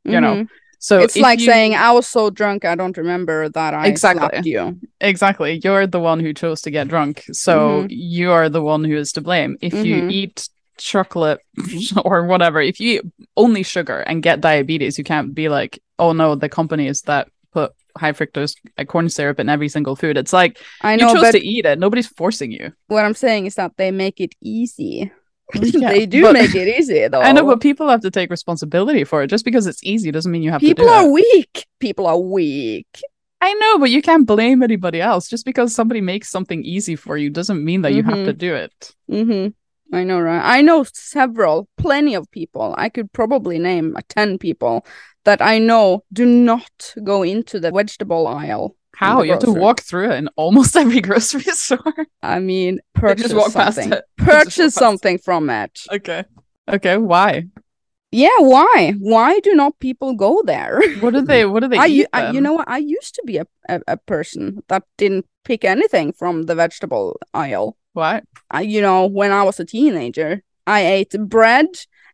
Speaker 2: you know,
Speaker 1: Mhm.
Speaker 2: So
Speaker 1: it's
Speaker 2: if
Speaker 1: like
Speaker 2: you-
Speaker 1: saying I was so drunk I don't remember that I
Speaker 2: Exactly.
Speaker 1: slapped you.
Speaker 2: exactly you're the one who chose to
Speaker 1: Mm-hmm.
Speaker 2: get drunk, so you are the one who is to blame. If you
Speaker 1: Mhm.
Speaker 2: eat chocolate or whatever, if you eat only sugar and get diabetes, you can't be like, oh no, the companies that put high fructose uh, corn syrup in every single food. It's like
Speaker 1: I
Speaker 2: you
Speaker 1: know,
Speaker 2: chose
Speaker 1: but
Speaker 2: to eat it. Nobody's forcing you.
Speaker 1: what I'm saying is that they make it easy.
Speaker 2: Yeah,
Speaker 1: they do
Speaker 2: but-
Speaker 1: make it easy though.
Speaker 2: I know, but people have to take responsibility for it. Just because it's easy doesn't mean you have
Speaker 1: people
Speaker 2: to do
Speaker 1: are
Speaker 2: it.
Speaker 1: weak. People are weak.
Speaker 2: I know, but you can't blame anybody else. Just because somebody makes something easy for you doesn't mean that you have
Speaker 1: Mm-hmm.
Speaker 2: to do it.
Speaker 1: hmm I know, right? I know several, plenty of people. I could probably name uh, 10 people that I know do not go into the vegetable aisle.
Speaker 2: How?
Speaker 1: the
Speaker 2: You have to
Speaker 1: grocery.
Speaker 2: walk through it in almost every grocery store.
Speaker 1: I mean,
Speaker 2: They
Speaker 1: purchase
Speaker 2: just walk past
Speaker 1: something.
Speaker 2: it. Just walk
Speaker 1: Purchase
Speaker 2: past it.
Speaker 1: something from it.
Speaker 2: Okay. Okay. Why?
Speaker 1: Yeah, why? Why do not people go there?
Speaker 2: What do they? What do they?
Speaker 1: I,
Speaker 2: eat
Speaker 1: u- I- you
Speaker 2: then?
Speaker 1: know what? I used to be a, a, a person that didn't pick anything from the vegetable aisle.
Speaker 2: Why?
Speaker 1: I, you know, when I was a teenager, I ate bread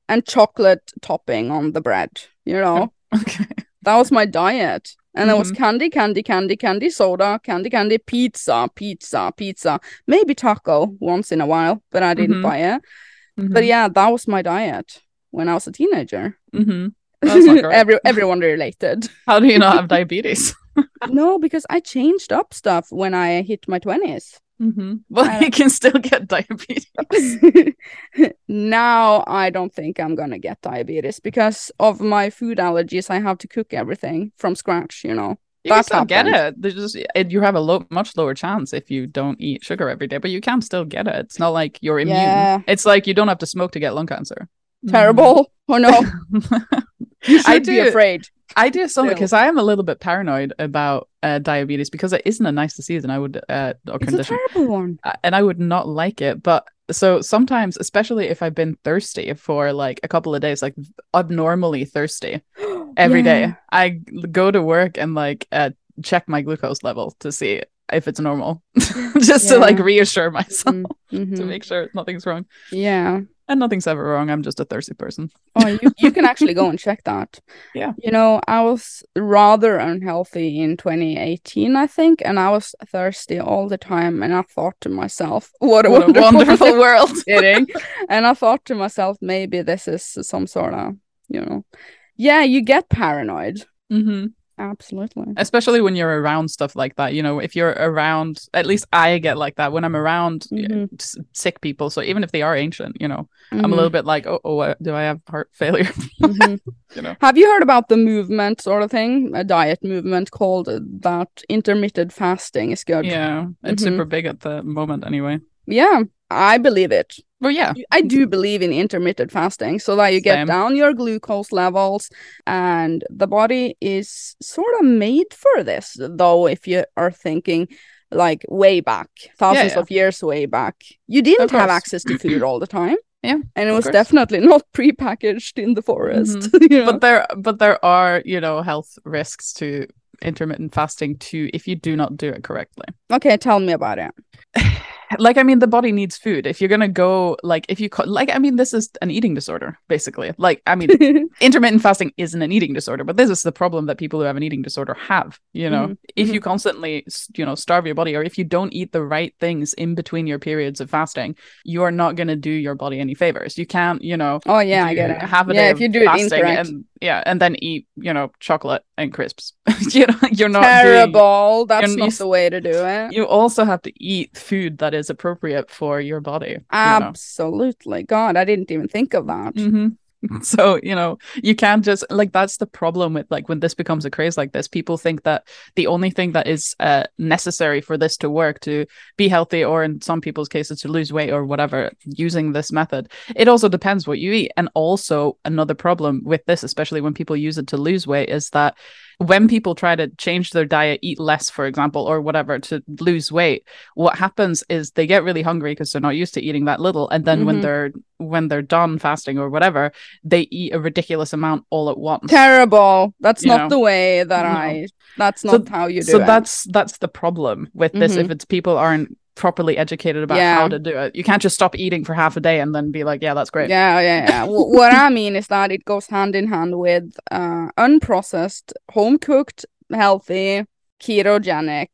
Speaker 1: and chocolate topping on the bread. You know,
Speaker 2: Okay.
Speaker 1: that was my diet. And it was candy, candy, candy, candy, soda, candy, candy, pizza, pizza, pizza, maybe taco once in a while, but I didn't
Speaker 2: Mhm.
Speaker 1: buy it.
Speaker 2: Mm-hmm.
Speaker 1: But yeah, that was my diet when I was a teenager.
Speaker 2: hmm That's not correct.
Speaker 1: Every, everyone related.
Speaker 2: How do you not have diabetes?
Speaker 1: no, because I changed up stuff when I hit my 20s.
Speaker 2: hmm
Speaker 1: I
Speaker 2: Well,
Speaker 1: don't-
Speaker 2: you can still get diabetes.
Speaker 1: now I don't think I'm gonna get diabetes because of my food allergies. I have to cook everything from scratch, you know.
Speaker 2: You can
Speaker 1: That's
Speaker 2: still get
Speaker 1: happened.
Speaker 2: it. There's just it, you have a low, much lower chance if you don't eat sugar every day, but you can still get it. It's not like you're immune.
Speaker 1: Yeah.
Speaker 2: It's like you don't have to smoke to get lung cancer. Mm-hmm.
Speaker 1: Terrible. Oh no, you should
Speaker 2: I
Speaker 1: be
Speaker 2: Mm. do-
Speaker 1: afraid.
Speaker 2: I do something
Speaker 1: Still.
Speaker 2: because I am a little bit paranoid about uh, diabetes because it isn't a nice disease, and I would uh, or
Speaker 1: It's a
Speaker 2: condition,
Speaker 1: terrible one.
Speaker 2: uh, and I would not like it. But so sometimes, especially if I've been thirsty for like a couple of days, like abnormally thirsty, every day. I g- go to work and like uh, check my glucose level to see if it's normal, just to like
Speaker 1: Yeah.
Speaker 2: reassure myself
Speaker 1: Mhm,
Speaker 2: to
Speaker 1: mhm.
Speaker 2: make sure nothing's wrong.
Speaker 1: Yeah.
Speaker 2: And nothing's ever wrong. I'm just a thirsty person.
Speaker 1: Oh, you, you can actually go and check that.
Speaker 2: Yeah.
Speaker 1: You know, I was rather unhealthy in 2018, I think, and I was thirsty all the time. And I thought to myself, what a
Speaker 2: What a
Speaker 1: wonderful
Speaker 2: wonderful world.
Speaker 1: kidding. and I thought to myself, maybe this is some sort of, you know, yeah, you get paranoid.
Speaker 2: hmm
Speaker 1: Absolutely.
Speaker 2: Especially when you're around stuff like that. You know, if you're around, at least I get like that when I'm around uh,
Speaker 1: Mhm,
Speaker 2: s- sick people. So even if they are ancient, you know, I'm a
Speaker 1: mhm,
Speaker 2: little bit like, oh, oh, uh, do I have heart failure?
Speaker 1: mhm.
Speaker 2: you know.
Speaker 1: Have you heard about the movement sort of thing, a diet movement called uh, that intermittent fasting is good?
Speaker 2: yeah. It's
Speaker 1: Mhm.
Speaker 2: super big at the moment anyway.
Speaker 1: Yeah, I believe it.
Speaker 2: Well, yeah.
Speaker 1: I do believe in intermittent fasting so that you get
Speaker 2: Same.
Speaker 1: down your glucose levels and the body is sort of made for this though if you are thinking like way back thousands
Speaker 2: yeah.
Speaker 1: of years way back you didn't
Speaker 2: Of
Speaker 1: have
Speaker 2: course.
Speaker 1: access to food all the time
Speaker 2: Yeah,
Speaker 1: and it
Speaker 2: of
Speaker 1: was
Speaker 2: course. Mm-hmm.
Speaker 1: definitely not prepackaged in the forest you know?
Speaker 2: but there but there are you know health risks to intermittent fasting too if you do not do it correctly
Speaker 1: okay tell me about it
Speaker 2: like i mean the body needs food if you're gonna go like if you co- like i mean this is an eating disorder basically like i mean intermittent fasting isn't an eating disorder but this is the problem that people who have an eating disorder have you know
Speaker 1: Mhm,
Speaker 2: if you constantly s- you know starve your body or if you don't eat the right things in between your periods of fasting you are not going to do your body any favors you can't you know
Speaker 1: oh yeah i
Speaker 2: do
Speaker 1: get it
Speaker 2: Have a
Speaker 1: yeah
Speaker 2: day
Speaker 1: if you
Speaker 2: of
Speaker 1: do it
Speaker 2: fasting
Speaker 1: incorrect
Speaker 2: and yeah, and then eat you know chocolate and crisps. you know you're not Doing,
Speaker 1: terrible that's
Speaker 2: you-
Speaker 1: not the way to do it
Speaker 2: you also have to eat food that is appropriate for your body. you know.
Speaker 1: absolutely god i didn't even think of that
Speaker 2: Mhm. So, you know, you can't just like that's the problem with like when this becomes a craze like this, people think that the only thing that is uh necessary for this to work to be healthy or in some people's cases to lose weight or whatever using this method. It also depends what you eat. And also another problem with this especially when people use it to lose weight is that when people try to change their diet, eat less for example or whatever to lose weight, what happens is they get really hungry because they're not used to eating that little and then when
Speaker 1: Mhm.
Speaker 2: they're when they're done fasting or whatever, they eat a ridiculous amount all at once.
Speaker 1: terrible that's
Speaker 2: You
Speaker 1: not
Speaker 2: know?
Speaker 1: the way that
Speaker 2: No.
Speaker 1: i that's
Speaker 2: So-
Speaker 1: not how you do
Speaker 2: so
Speaker 1: it
Speaker 2: that's that's the problem with this. If it's people aren't properly educated about
Speaker 1: Yeah.
Speaker 2: how to do it. You can't just stop eating for half a day and then be like, yeah, that's great.
Speaker 1: Yeah, yeah, yeah. Wh- what I mean is that it goes hand in hand with uh, unprocessed, home cooked, healthy, ketogenic,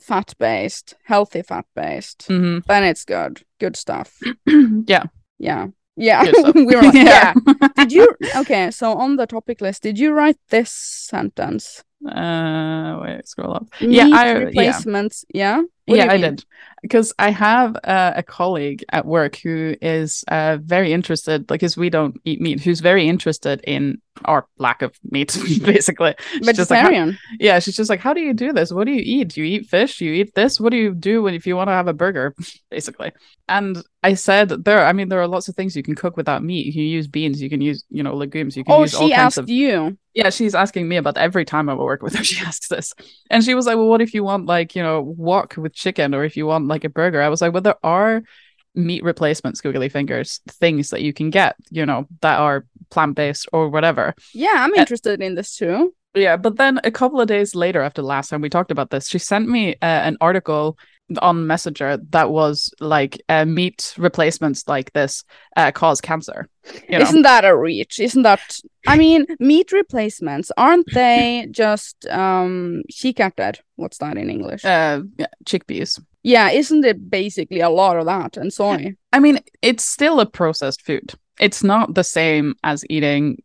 Speaker 1: fat based, healthy fat based.
Speaker 2: hmm
Speaker 1: Then it's good, good stuff.
Speaker 2: Mm-hmm. yeah.
Speaker 1: Yeah, yeah.
Speaker 2: Good stuff.
Speaker 1: we were like, yeah.
Speaker 2: Yeah.
Speaker 1: Did you? Okay, so on the topic list, did you write this sentence?
Speaker 2: Uh, wait, scroll up. Yeah,
Speaker 1: Meat
Speaker 2: I- yeah.
Speaker 1: replacements. Yeah, What do
Speaker 2: yeah,
Speaker 1: you
Speaker 2: I
Speaker 1: mean?
Speaker 2: did. Because I have uh, a colleague at work who is uh, very interested, like, because we don't eat meat, who's very interested in our lack of meat, basically. She's just like, "How-
Speaker 1: Vegetarian.
Speaker 2: yeah, she's just like, how do you do this? What do you eat? Do you eat fish? Do you eat this? What do you do when if you want to have a burger, basically? And I said there, I mean, there are lots of things you can cook without meat. You can use beans, you can use, you know, legumes, you can
Speaker 1: oh,
Speaker 2: use all
Speaker 1: she
Speaker 2: kinds
Speaker 1: asked
Speaker 2: of.
Speaker 1: you.
Speaker 2: Yeah, she's asking me about every time I work with her. She asks this, and she was like, "Well, what if you want like you know wok with chicken, or if you want like a burger?" I was like, "Well, there are meat replacements, googly fingers, things that you can get, you know, that are plant based or whatever."
Speaker 1: Yeah, I'm
Speaker 2: Uh,
Speaker 1: interested in this too.
Speaker 2: Yeah, but then a couple of days later, after last time we talked about this, she sent me uh, an article on Messenger that was like uh, meat replacements like this uh, cause cancer. You know,
Speaker 1: Isn't that a reach? Isn't that? I mean, meat replacements aren't they just um kikärtor? What's that in English?
Speaker 2: uh, yeah, chickpeas.
Speaker 1: yeah, isn't it basically a lot of that and soy?
Speaker 2: I mean, it's still a processed food. It's not the same as eating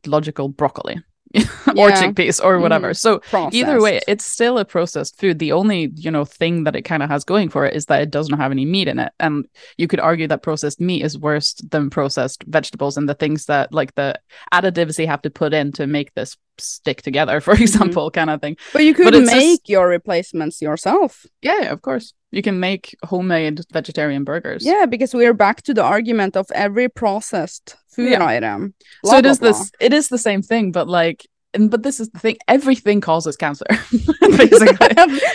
Speaker 2: ecological broccoli or
Speaker 1: Yeah. Mm-hmm.
Speaker 2: chickpeas or whatever. So
Speaker 1: Processed.
Speaker 2: Either way, it's still a processed food. The only, you know, thing that it kind of has going for it is that it doesn't have any meat in it. And you could argue that processed meat is worse than processed vegetables and the things that like the additives they have to put in to make this stick together,
Speaker 1: Mm-hmm.
Speaker 2: for example, kind of thing.
Speaker 1: but you could
Speaker 2: it's just-
Speaker 1: make your replacements yourself.
Speaker 2: Yeah, yeah, of course. You can make homemade vegetarian burgers.
Speaker 1: Yeah, because we're back to the argument of every processed food
Speaker 2: Yeah.
Speaker 1: item.
Speaker 2: so
Speaker 1: Blah,
Speaker 2: it is
Speaker 1: blah, blah.
Speaker 2: this it is the same thing, but like and but this is the thing, everything causes cancer. basically.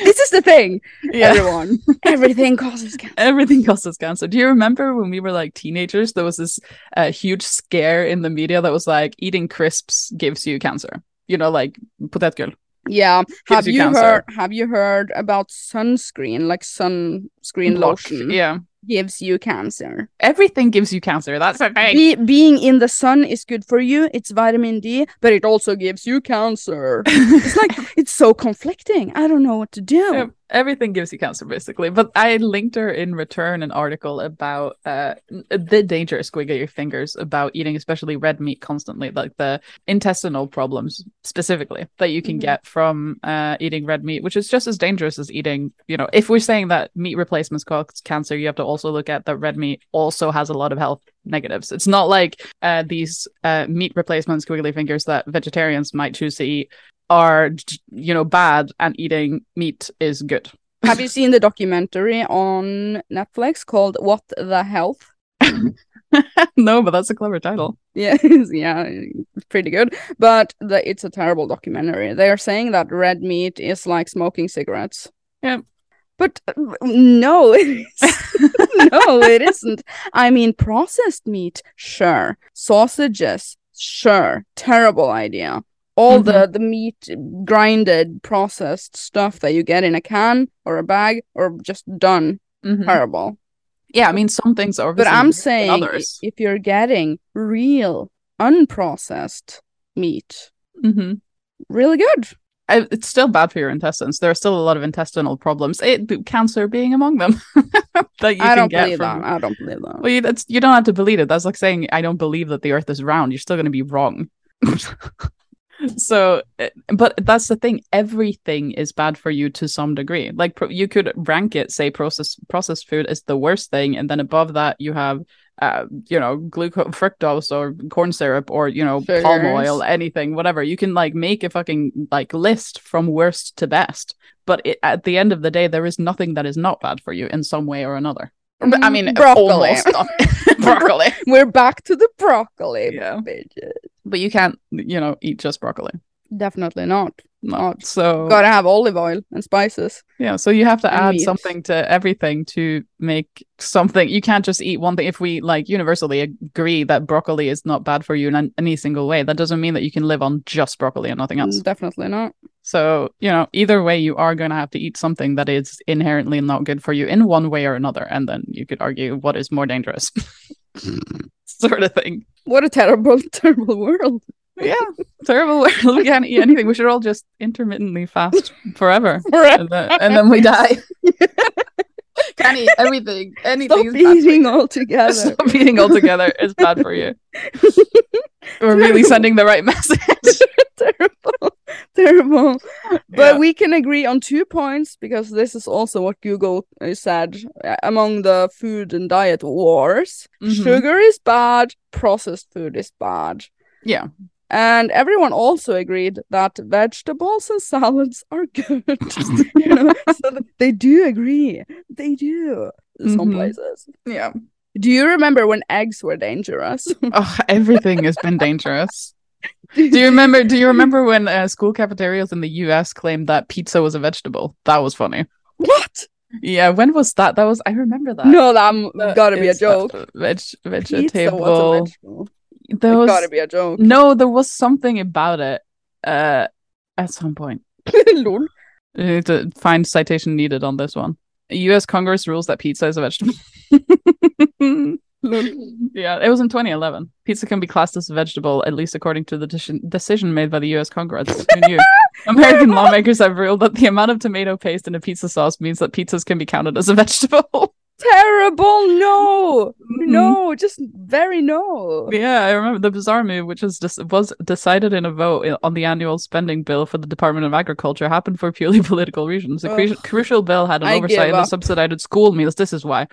Speaker 1: this is the thing,
Speaker 2: yeah.
Speaker 1: everyone. Everything causes cancer.
Speaker 2: Everything causes cancer. Do you remember when we were like teenagers? There was this uh, huge scare in the media that was like, eating crisps gives you cancer. You know, like potato girl.
Speaker 1: Yeah. Have
Speaker 2: you
Speaker 1: you
Speaker 2: cancer.
Speaker 1: heard have you heard about sunscreen, like sunscreen lotion
Speaker 2: Yeah.
Speaker 1: gives you cancer?
Speaker 2: Everything gives you cancer. That's the thing.
Speaker 1: Be- being in the sun is good for you. It's vitamin D, but it also gives you cancer. It's like it's so conflicting. I don't know what to do.
Speaker 2: Ev- Everything gives you cancer, basically. But I linked her in return an article about uh, n- the danger of squiggling your fingers about eating, especially red meat, constantly, like the intestinal problems specifically that you can
Speaker 1: Mhm.
Speaker 2: get from uh, eating red meat, which is just as dangerous as eating. You know, if we're saying that meat replacements cause cancer, you have to also look at that red meat also has a lot of health negatives. It's not like uh, these uh, meat replacements, squiggly fingers that vegetarians might choose to eat are j- you know bad and eating meat is good
Speaker 1: Have you seen the documentary on Netflix called What the Health?
Speaker 2: no but that's a clever title
Speaker 1: Yeah, yeah, it's pretty good. But the, it's a terrible documentary. They are saying that red meat is like smoking cigarettes.
Speaker 2: Yeah.
Speaker 1: But uh, no, it is. no, it isn't. I mean, processed meat, sure. Sausages, sure. Terrible idea. All the,
Speaker 2: Mm-hmm.
Speaker 1: the meat grinded, processed stuff that you get in a can or a bag or just done, terrible.
Speaker 2: Mm-hmm. yeah i mean some things are
Speaker 1: Mm-hmm. But I'm saying
Speaker 2: obviously worse than
Speaker 1: i-
Speaker 2: others
Speaker 1: if you're getting real, unprocessed meat,
Speaker 2: Mhm.
Speaker 1: really good.
Speaker 2: I- it's still bad for your intestines there are still a lot of intestinal problems it, cancer being among them that you
Speaker 1: I
Speaker 2: can
Speaker 1: don't
Speaker 2: get
Speaker 1: believe
Speaker 2: from
Speaker 1: that. I don't believe that.
Speaker 2: well you, that's, you don't have to believe it that's like saying i don't believe that the earth is round you're still going to be wrong so eh, but that's the thing everything is bad for you to some degree like pro- you could rank it say processed processed food is the worst thing and then above that you have uh, you know glucose fructose or corn syrup or you know palm oil
Speaker 1: Sugars.
Speaker 2: anything whatever you can like make a fucking like list from worst to best but it, at the end of the day there is nothing that is not bad for you in some way or another I
Speaker 1: Mm,
Speaker 2: mean,
Speaker 1: broccoli.
Speaker 2: almost not- broccoli.
Speaker 1: We're back to the broccoli,
Speaker 2: Yeah.
Speaker 1: bitches.
Speaker 2: But you can't, you know, eat just broccoli.
Speaker 1: Definitely not.
Speaker 2: not so
Speaker 1: Gotta have olive oil and spices.
Speaker 2: yeah so you have to
Speaker 1: and
Speaker 2: add
Speaker 1: meat.
Speaker 2: something to everything to make something you can't just eat one thing if we like universally agree that broccoli is not bad for you in an- any single way that doesn't mean that you can live on just broccoli and nothing else
Speaker 1: Definitely not.
Speaker 2: so you know either way you are going to have to eat something that is inherently not good for you in one way or another and then you could argue what is more dangerous
Speaker 1: Mm.
Speaker 2: sort of thing
Speaker 1: What a terrible, terrible world.
Speaker 2: yeah terrible world. we can't eat anything we should all just intermittently fast forever and then, and then we die can't eat everything
Speaker 1: Stop
Speaker 2: anything is bad for
Speaker 1: eating
Speaker 2: you.
Speaker 1: altogether.
Speaker 2: Stop eating altogether is bad for you we're really
Speaker 1: Terrible.
Speaker 2: sending the right message
Speaker 1: terrible, terrible. But
Speaker 2: Yeah.
Speaker 1: we can agree on two points because this is also what Google uh, said uh, among the food and diet wars.
Speaker 2: Mhm.
Speaker 1: Sugar is bad, processed food is bad.
Speaker 2: Yeah.
Speaker 1: And everyone also agreed that vegetables and salads are good. you know, so th- they do agree. They do in some
Speaker 2: Mhm.
Speaker 1: places.
Speaker 2: yeah
Speaker 1: Do you remember when eggs were dangerous?
Speaker 2: oh everything has been dangerous do you remember do you remember when uh, school cafeterias in the US claimed that pizza was a vegetable? That was funny.
Speaker 1: what?
Speaker 2: Yeah, when was that? That was I remember that.
Speaker 1: No, that
Speaker 2: That
Speaker 1: gotta be a
Speaker 2: is,
Speaker 1: joke.
Speaker 2: uh, veg
Speaker 1: Pizza
Speaker 2: vegetable.
Speaker 1: was a vegetable.
Speaker 2: there
Speaker 1: It
Speaker 2: was
Speaker 1: gotta be a joke.
Speaker 2: no, there was something about it uh at some point.
Speaker 1: Lol.
Speaker 2: I need to find citation needed on this one. U.S. Congress rules that pizza is a vegetable. yeah, it was in 2011. Pizza can be classed as a vegetable, at least according to the deci- decision made by the U.S. Congress. Who knew? American lawmakers have ruled that the amount of tomato paste in a pizza sauce means that pizzas can be counted as a vegetable.
Speaker 1: Terrible. No. No. Just very no.
Speaker 2: Yeah, I remember the bizarre move, which was just was decided in a vote i- on the annual spending bill for the Department of Agriculture, happened for purely political reasons. The cru-
Speaker 1: Ugh.
Speaker 2: crucial bill had an
Speaker 1: I give
Speaker 2: oversight that
Speaker 1: up.
Speaker 2: subsidized school meals. This is why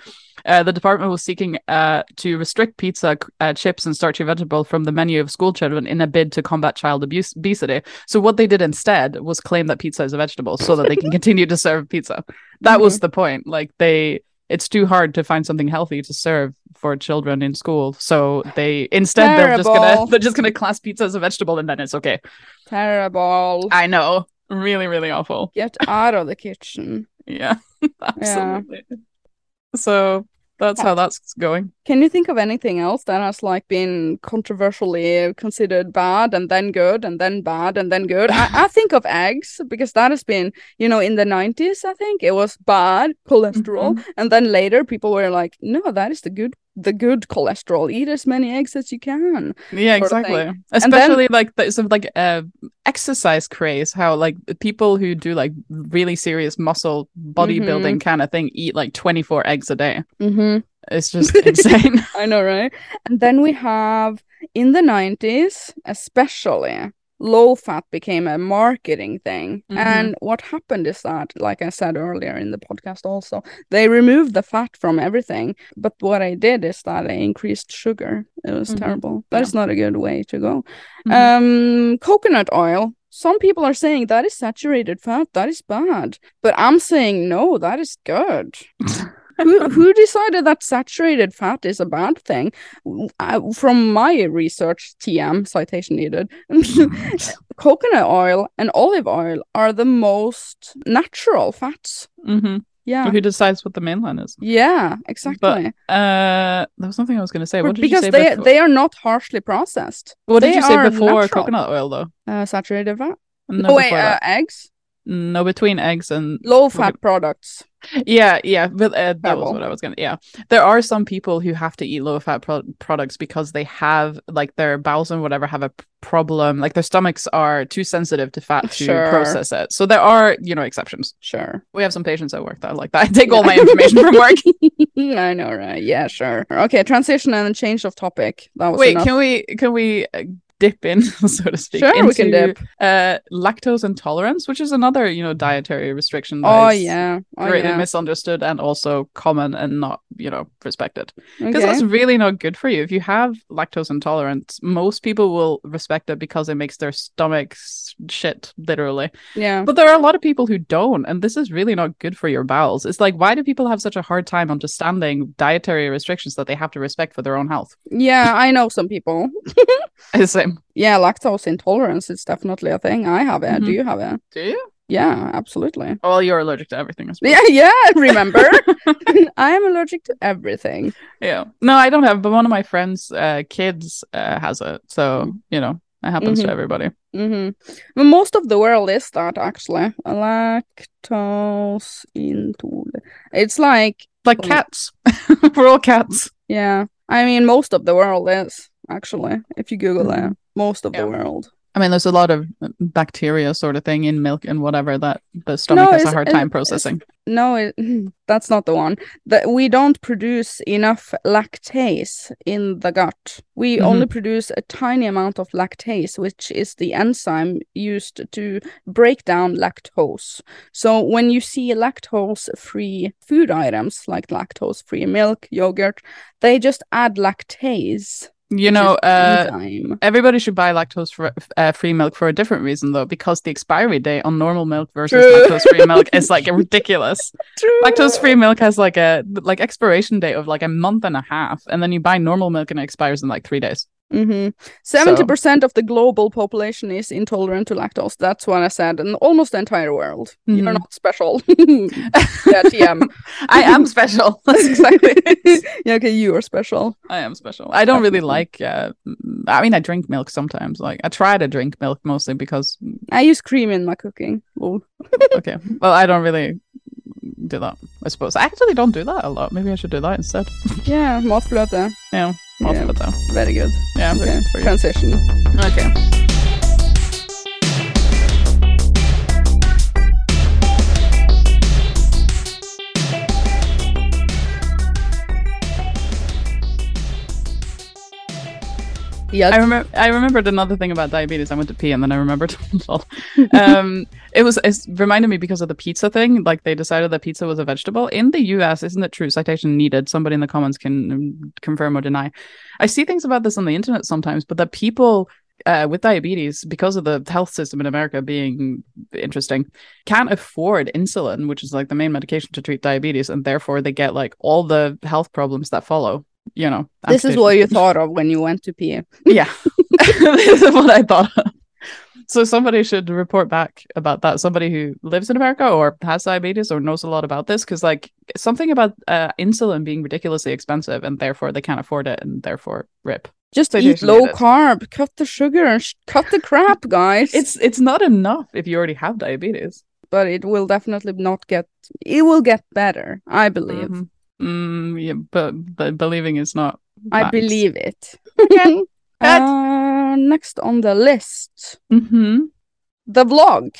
Speaker 2: uh, the department was seeking uh, to restrict pizza, c- uh, chips, and starchy vegetable from the menu of school children in a bid to combat child abuse obesity. So what they did instead was claim that pizza is a vegetable, so that they can continue to serve pizza. That
Speaker 1: Mm-hmm.
Speaker 2: was the point. Like they it's too hard to find something healthy to serve for children in school. So they instead they're just
Speaker 1: Terrible.
Speaker 2: gonna they're just gonna class pizza as a vegetable and then it's okay.
Speaker 1: Terrible.
Speaker 2: I know. Really, really awful.
Speaker 1: Get out of the kitchen.
Speaker 2: Yeah. Absolutely. So that's how that's going.
Speaker 1: Can you think of anything else that has like been controversially considered bad and then good and then bad and then good? I, I think of eggs because that has been, you know, in the 90s, I think it was bad cholesterol. And then later people were like, no, that is the good the good cholesterol. Eat as many eggs as you can.
Speaker 2: Yeah,
Speaker 1: sort of thing.
Speaker 2: exactly. Especially like the sort of like uh, exercise craze, how like the people who do like really serious muscle bodybuilding kind of thing eat like 24 eggs a day.
Speaker 1: Mm-hmm.
Speaker 2: It's just insane.
Speaker 1: I know, right? And then we have in the 90s, especially, low fat became a marketing thing.
Speaker 2: Mhm.
Speaker 1: And what happened is that, like I said earlier in the podcast, also, they removed the fat from everything. But what I did is that I increased sugar. It was
Speaker 2: Mhm.
Speaker 1: terrible. That's not a good way to go.
Speaker 2: Mhm.
Speaker 1: Um, coconut oil. Some people are saying that is saturated fat, that is bad. But I'm saying no, that is good who who decided that saturated fat is a bad thing? W- I- from my research, TM citation needed.
Speaker 2: Mm-hmm.
Speaker 1: coconut oil and olive oil are the most natural fats.
Speaker 2: hmm
Speaker 1: Yeah,
Speaker 2: Who decides what the mainline is?
Speaker 1: yeah, exactly.
Speaker 2: Uh, there was something I was going to say. What did
Speaker 1: because
Speaker 2: you say
Speaker 1: they
Speaker 2: before?
Speaker 1: they are not harshly processed.
Speaker 2: what did
Speaker 1: they
Speaker 2: you say
Speaker 1: are
Speaker 2: before
Speaker 1: natural.
Speaker 2: coconut oil though?
Speaker 1: Uh, saturated fat.
Speaker 2: No,
Speaker 1: oh wait,
Speaker 2: before
Speaker 1: uh,
Speaker 2: that.
Speaker 1: eggs.
Speaker 2: no, between eggs and
Speaker 1: Low fat products.
Speaker 2: yeah, yeah. But uh, that was
Speaker 1: Terrible.
Speaker 2: what I was gonna. Yeah, there are some people who have to eat low fat pro- products because they have like their bowels and whatever have a p- problem. Like their stomachs are too sensitive to fat to
Speaker 1: Sure.
Speaker 2: process it. So there are you know exceptions.
Speaker 1: Sure.
Speaker 2: We have some patients at work that are like that. I take all my information from work.
Speaker 1: I know, right? Yeah, sure. Okay, transition and change of topic. That was
Speaker 2: Wait,
Speaker 1: enough.
Speaker 2: can we can we uh, dip in, so to speak?
Speaker 1: Sure, we can
Speaker 2: into,
Speaker 1: dip.
Speaker 2: Uh, lactose intolerance, which is another you know dietary restriction. that
Speaker 1: Oh
Speaker 2: is
Speaker 1: yeah. Oh,
Speaker 2: greatly
Speaker 1: yeah.
Speaker 2: misunderstood and also common and not you know respected because
Speaker 1: Okay.
Speaker 2: that's really not good for you. If you have lactose intolerance, most people will respect it because it makes their stomach s- shit literally.
Speaker 1: Yeah.
Speaker 2: But there are a lot of people who don't, and this is really not good for your bowels. It's like why do people have such a hard time understanding dietary restrictions that they have to respect for their own health?
Speaker 1: Yeah, I know some people.
Speaker 2: Same.
Speaker 1: Yeah, lactose intolerance is definitely a thing. I have it. Do
Speaker 2: Mhm.
Speaker 1: you have it?
Speaker 2: Do you?
Speaker 1: Yeah, absolutely.
Speaker 2: Well, you're allergic to everything. I suppose.
Speaker 1: Yeah, yeah, remember? I am allergic to everything.
Speaker 2: Yeah. No, I don't have, but one of my friends' uh, kids uh, has it. So, you know, it happens
Speaker 1: Mhm.
Speaker 2: to everybody.
Speaker 1: hmm Well, most of the world is that actually. Lactose intolerance. It's like,
Speaker 2: Like
Speaker 1: Well-
Speaker 2: cats. We're all cats.
Speaker 1: yeah, I mean, most of the world is actually, if you Google it, most of
Speaker 2: Mm-hmm. Yeah.
Speaker 1: the world.
Speaker 2: I mean, there's a lot of bacteria sort of thing in milk and whatever that the stomach has a
Speaker 1: it's-
Speaker 2: hard
Speaker 1: it's-
Speaker 2: time
Speaker 1: it's-
Speaker 2: processing.
Speaker 1: No, it, that's not the one. That we don't produce enough lactase in the gut. We
Speaker 2: Mhm.
Speaker 1: only produce a tiny amount of lactase, which is the enzyme used to break down lactose. So when you see lactose-free food items like lactose-free milk, yogurt, they just add lactase.
Speaker 2: You
Speaker 1: which
Speaker 2: know,
Speaker 1: is the
Speaker 2: uh,
Speaker 1: enzyme.
Speaker 2: everybody should buy lactose fr- uh, free milk for a different reason, though, because the expiry date on normal milk versus
Speaker 1: True.
Speaker 2: lactose free milk is like ridiculous. Lactose free milk has like a like expiration date of like a month and a half, and then you buy normal milk and it expires in like three days.
Speaker 1: Mm-hmm. 70% of the global population is intolerant to lactose. That's what I said. And almost the entire world. You're
Speaker 2: Mhm.
Speaker 1: not special. yeah, TM.
Speaker 2: I am special. That's exactly. it.
Speaker 1: yeah, okay, you are special.
Speaker 2: I am special. I don't really
Speaker 1: Definitely.
Speaker 2: like. Uh, I mean, I drink milk sometimes. Like, I try to drink milk mostly because.
Speaker 1: I use cream in my cooking. Lol.
Speaker 2: Okay, well, I don't really do that. I suppose I actually don't do that a lot. Maybe I should do that instead.
Speaker 1: Yeah, matflöte.
Speaker 2: Yeah, I'll do it though.
Speaker 1: Very good.
Speaker 2: Yeah, I'm
Speaker 1: Okay,
Speaker 2: good for you.
Speaker 1: transition.
Speaker 2: Okay.
Speaker 1: Yeah.
Speaker 2: I remember. I remembered another thing about diabetes. I went to pee and then I remembered. Lol. um, it was. It reminded me because of the pizza thing. Like they decided that pizza was a vegetable in the U.S. Isn't it true? Citation needed. Somebody in the comments can um, confirm or deny. I see things about this on the internet sometimes, but that people. Uh, with diabetes, because of the health system in America being interesting, can't afford insulin, which is like the main medication to treat diabetes, and therefore they get like all the health problems that follow. You know,
Speaker 1: this is
Speaker 2: amputation.
Speaker 1: what you thought of when you went to pee.
Speaker 2: Yeah, this is what I thought. of. So somebody should report back about that. Somebody who lives in America or has diabetes or knows a lot about this, because like something about uh, insulin being ridiculously expensive and therefore they can't afford it and therefore rip.
Speaker 1: Just
Speaker 2: So you
Speaker 1: eat
Speaker 2: should
Speaker 1: low
Speaker 2: do that.
Speaker 1: carb, cut the sugar, and sh- cut the crap, guys.
Speaker 2: It's it's not enough if you already have diabetes.
Speaker 1: but it will definitely not get. It will get better, I believe.
Speaker 2: Mhm. Mm, yeah, but, but believing is not.
Speaker 1: I
Speaker 2: facts.
Speaker 1: believe it.
Speaker 2: Okay. Good.
Speaker 1: Uh, next on the list,
Speaker 2: Mm-hmm.
Speaker 1: the vlog.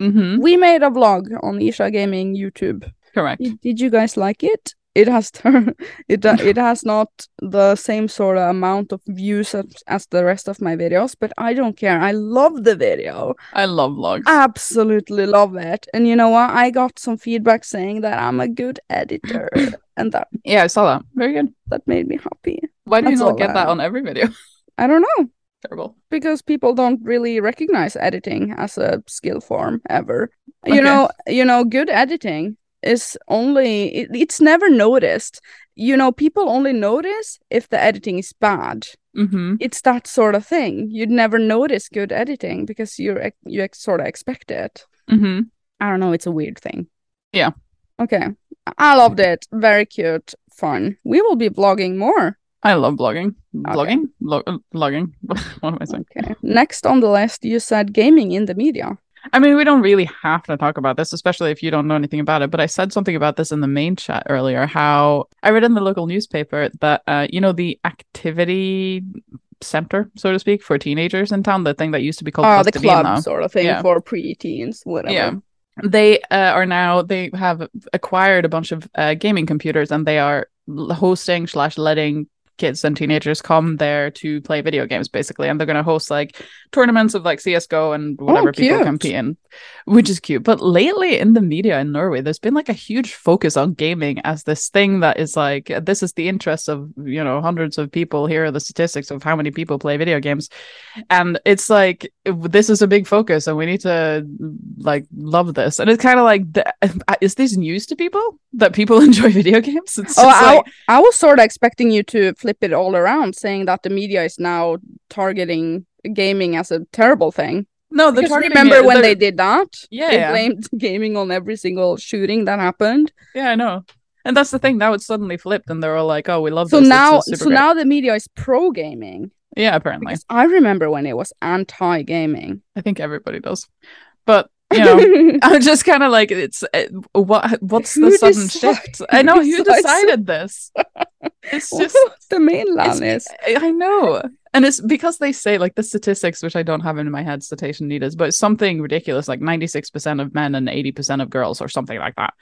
Speaker 2: Mm-hmm.
Speaker 1: We made a vlog on Isha Gaming YouTube.
Speaker 2: Correct.
Speaker 1: Did, did you guys like it? It has turn- it do- it has not the same sort of amount of views as, as the rest of my videos, but I don't care. I love the video.
Speaker 2: I love vlogs.
Speaker 1: Absolutely love it. And you know what? I got some feedback saying that I'm a good editor, and that
Speaker 2: yeah, I saw that. Very good.
Speaker 1: that made me happy.
Speaker 2: Why do you
Speaker 1: That's all
Speaker 2: not get that
Speaker 1: that-
Speaker 2: on every video?
Speaker 1: I don't know.
Speaker 2: Terrible.
Speaker 1: because people don't really recognize editing as a skill form ever. You
Speaker 2: Okay.
Speaker 1: know, you know, good editing is only it, it's never noticed. You know, people only notice if the editing is bad.
Speaker 2: Mm-hmm.
Speaker 1: It's that sort of thing. You'd never notice good editing because you're ex- you ex- sort of expect it.
Speaker 2: Mm-hmm.
Speaker 1: I don't know. It's a weird thing.
Speaker 2: Yeah.
Speaker 1: Okay. I loved it. Very cute, fun. We will be vlogging more.
Speaker 2: I love blogging.
Speaker 1: Okay.
Speaker 2: Blogging? Lo- uh, blogging. what am I saying?
Speaker 1: Okay. Next on the list, you said gaming in the media.
Speaker 2: I mean, we don't really have to talk about this, especially if you don't know anything about it. But I said something about this in the main chat earlier. How I read in the local newspaper that, uh, you know, the activity center, so to speak, for teenagers in town, the thing that used to be called
Speaker 1: Oh, the
Speaker 2: Plastilina.
Speaker 1: club sort of thing
Speaker 2: Yeah.
Speaker 1: for preteens, whatever.
Speaker 2: Yeah. They uh, are now, they have acquired a bunch of uh, gaming computers and they are l- hosting slash letting kids and teenagers come there to play video games, basically. And they're going to host like tournaments of like CSGO and whatever people
Speaker 1: cute.
Speaker 2: compete in, which is cute. But lately in the media in Norway, there's been like a huge focus on gaming as this thing that is like, this is the interest of, you know, hundreds of people. Here are the statistics of how many people play video games and it's like this is a big focus and we need to like love this and it's kind of like th- is this news to people that people enjoy video games it's
Speaker 1: Oh,
Speaker 2: just
Speaker 1: I,
Speaker 2: like,
Speaker 1: I was sort of expecting you to flip it all around, saying that the media is now targeting gaming as a terrible thing.
Speaker 2: No, the
Speaker 1: Because remember when they did that?
Speaker 2: yeah,
Speaker 1: they
Speaker 2: yeah.
Speaker 1: blamed gaming on every single shooting that happened.
Speaker 2: Yeah, I know. And that's the thing. Now it's suddenly flipped, and they're all like, "Oh, we love
Speaker 1: So
Speaker 2: this. It's
Speaker 1: now,
Speaker 2: a super Oh
Speaker 1: so
Speaker 2: great-"
Speaker 1: now the media is pro gaming.
Speaker 2: yeah, apparently,
Speaker 1: Because I remember when it was anti gaming.
Speaker 2: I think everybody does. But you know, I'm just kind of like, it's uh, what? What's the
Speaker 1: Who
Speaker 2: sudden
Speaker 1: decide-
Speaker 2: shift? I know
Speaker 1: who
Speaker 2: who
Speaker 1: decides-
Speaker 2: decided this. It's just
Speaker 1: the main
Speaker 2: it's-
Speaker 1: line is.
Speaker 2: I I know. And it's because they say like the statistics, which I don't have in my head, citation needed, but it's something ridiculous, like 96% of men and 80% of girls or something like that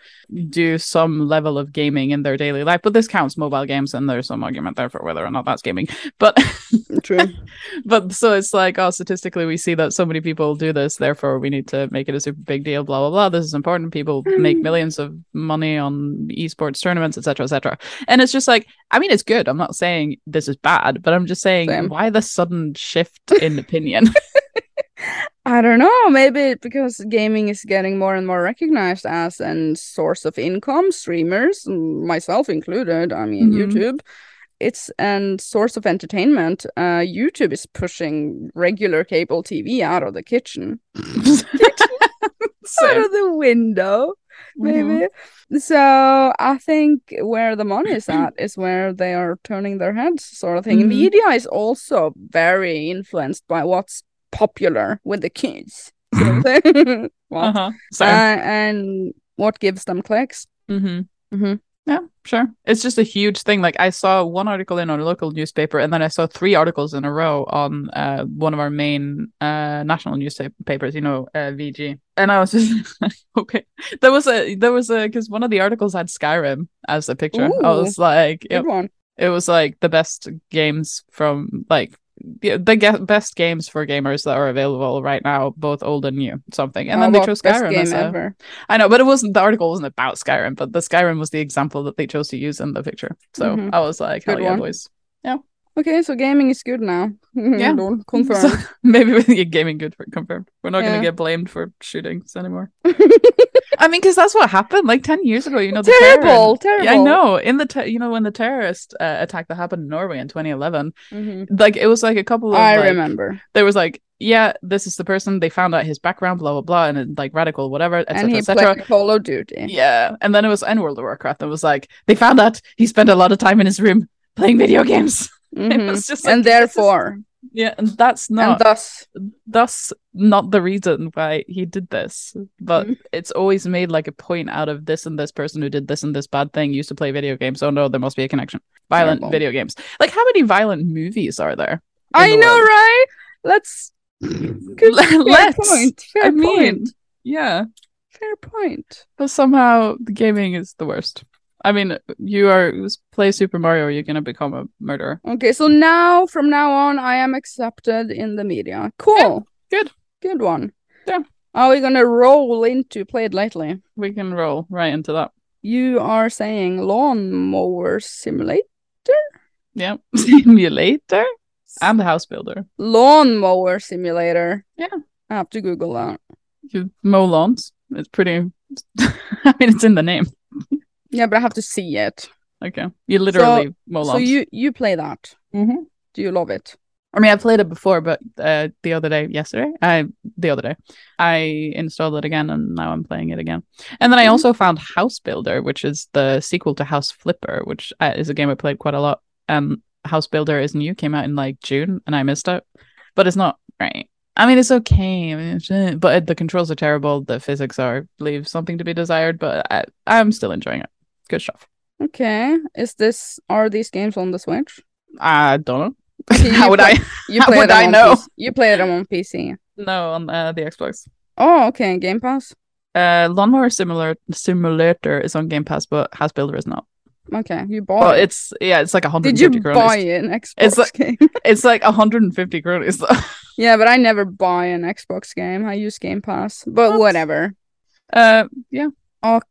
Speaker 2: do some level of gaming in their daily life. But this counts mobile games and there's some argument there for whether or not that's gaming. But
Speaker 1: True.
Speaker 2: but so it's like, oh, statistically we see that so many people do this, therefore we need to make it a super big deal, blah blah blah. This is important. People make millions of money on esports tournaments, etc., etc. And it's just like, I mean, it's good. I'm not saying this is bad, but I'm just saying,
Speaker 1: Same.
Speaker 2: why the sudden shift in opinion?
Speaker 1: I don't know. Maybe it- because gaming is getting more and more recognized as a source of income, streamers, m- myself included. I mean,
Speaker 2: Mhm.
Speaker 1: YouTube. It's a source of entertainment. Uh, YouTube is pushing regular cable TV out of the kitchen, out
Speaker 2: So,
Speaker 1: of the window,
Speaker 2: mhm.
Speaker 1: maybe. So I think where the money is at is where they are turning their heads, sort of thing.
Speaker 2: Mhm.
Speaker 1: Media is also very influenced by what's popular with the kids. So they- What?
Speaker 2: Mm-hmm. Uh-huh. So,
Speaker 1: Uh, and what gives them clicks?
Speaker 2: mhm.
Speaker 1: Mhm.
Speaker 2: Yeah, sure. It's just a huge thing. Like I saw one article in our local newspaper, and then I saw three articles in a row on uh, one of our main uh, national newspapers. You know, uh, VG. And I was just okay. There was a there was a because one of the articles had Skyrim as a picture. I
Speaker 1: Ooh.
Speaker 2: was like,
Speaker 1: Good
Speaker 2: yep.
Speaker 1: one.
Speaker 2: it was like the best games from like the the ge- best games for gamers that are available right now, both old and new, something. And
Speaker 1: How
Speaker 2: then they
Speaker 1: about
Speaker 2: chose
Speaker 1: Oh, Uh, best
Speaker 2: Skyrim uh,
Speaker 1: game
Speaker 2: as a,
Speaker 1: ever.
Speaker 2: I know, but it wasn't the article wasn't about Skyrim, but the Skyrim was the example that they chose to use in the picture. So
Speaker 1: Mhm.
Speaker 2: I was like, hell
Speaker 1: Good
Speaker 2: yeah,
Speaker 1: one.
Speaker 2: boys.
Speaker 1: Okay, so gaming is good now.
Speaker 2: Yeah.
Speaker 1: Don't confirm.
Speaker 2: Maybe we get gaming good for confirmed. We're not
Speaker 1: Yeah.
Speaker 2: gonna get blamed for shootings anymore. I mean, because that's what happened like ten years ago. You know, the terror
Speaker 1: terrible,
Speaker 2: in-
Speaker 1: terrible.
Speaker 2: Yeah, I know. In the ter- you know when the terrorist uh, attack that happened in Norway in 2011,
Speaker 1: Mhm.
Speaker 2: like it was like a couple of
Speaker 1: I
Speaker 2: like,
Speaker 1: remember.
Speaker 2: there was like yeah, this is the person. They found out his background, blah blah blah, and it, like radical whatever,
Speaker 1: And
Speaker 2: etc.
Speaker 1: he
Speaker 2: etc.
Speaker 1: played Call of Duty.
Speaker 2: Yeah. And then it was N World of Warcraft. It was like, they found out he spent a lot of time in his room playing video games.
Speaker 1: Mhm.
Speaker 2: It was just like,
Speaker 1: And
Speaker 2: this is-
Speaker 1: therefore,
Speaker 2: yeah. And that's
Speaker 1: and
Speaker 2: not,
Speaker 1: thus,
Speaker 2: that's not the reason why he did this. But
Speaker 1: Mhm.
Speaker 2: it's always made like a point out of this and this person who did this and this bad thing used to play video games. Oh no, there must be a connection. Violent
Speaker 1: Terrible.
Speaker 2: video games. Like, how many violent movies are there? in
Speaker 1: I
Speaker 2: the
Speaker 1: know,
Speaker 2: world?
Speaker 1: right? Let's. Good, fair
Speaker 2: Let's.
Speaker 1: point. Fair
Speaker 2: I mean,
Speaker 1: point.
Speaker 2: yeah.
Speaker 1: Fair point.
Speaker 2: But somehow the gaming is the worst. I mean, you are play Super Mario, you're gonna become a murderer.
Speaker 1: Okay, so now from now on, I am accepted in the media. Cool.
Speaker 2: good.
Speaker 1: Good one.
Speaker 2: Yeah.
Speaker 1: Are we gonna roll into play it lightly?
Speaker 2: We can roll right into that.
Speaker 1: You are saying lawnmower simulate
Speaker 2: Yeah, simulator and house builder.
Speaker 1: lawnmower simulator.
Speaker 2: Yeah.
Speaker 1: I have to Google that.
Speaker 2: You mow lawns. It's pretty. I mean, it's in the name.
Speaker 1: Yeah, but I have to see it.
Speaker 2: Okay, you literally mow lawns.
Speaker 1: So you you play that.
Speaker 2: Mhm.
Speaker 1: Do you love it?
Speaker 2: I mean, I played it before, but uh, the other day, yesterday, I the other day, I installed it again, and now I'm playing it again. And then I
Speaker 1: Mhm.
Speaker 2: also found House Builder, which is the sequel to House Flipper, which uh, is a game I played quite a lot. Um, House Builder is new, came out in like June, and I missed it, but it's not great. I mean, it's okay, I mean, it's, eh, but it, the controls are terrible. The physics are leave something to be desired, but I, I'm still enjoying it. Good stuff.
Speaker 1: Okay. Is this are these games on the Switch?
Speaker 2: I don't know.
Speaker 1: Okay, you
Speaker 2: How would
Speaker 1: play-
Speaker 2: I?
Speaker 1: You
Speaker 2: How
Speaker 1: play
Speaker 2: would
Speaker 1: them
Speaker 2: I
Speaker 1: on
Speaker 2: know?
Speaker 1: PC. You play them on PC.
Speaker 2: No, on uh, the Xbox.
Speaker 1: Oh, okay. Game Pass.
Speaker 2: Uh, Lawnmower Simulator Simulator is on Game Pass, but House Builder is not.
Speaker 1: Okay, you
Speaker 2: Oh,
Speaker 1: bought it.
Speaker 2: it's yeah, it's like
Speaker 1: Did
Speaker 2: 150
Speaker 1: you
Speaker 2: kronas.
Speaker 1: buy an Xbox
Speaker 2: It's like-
Speaker 1: game?
Speaker 2: It's like 150 kronas. though.
Speaker 1: Yeah, but I never buy an Xbox game. I use Game Pass. But
Speaker 2: What?
Speaker 1: whatever.
Speaker 2: uh, yeah,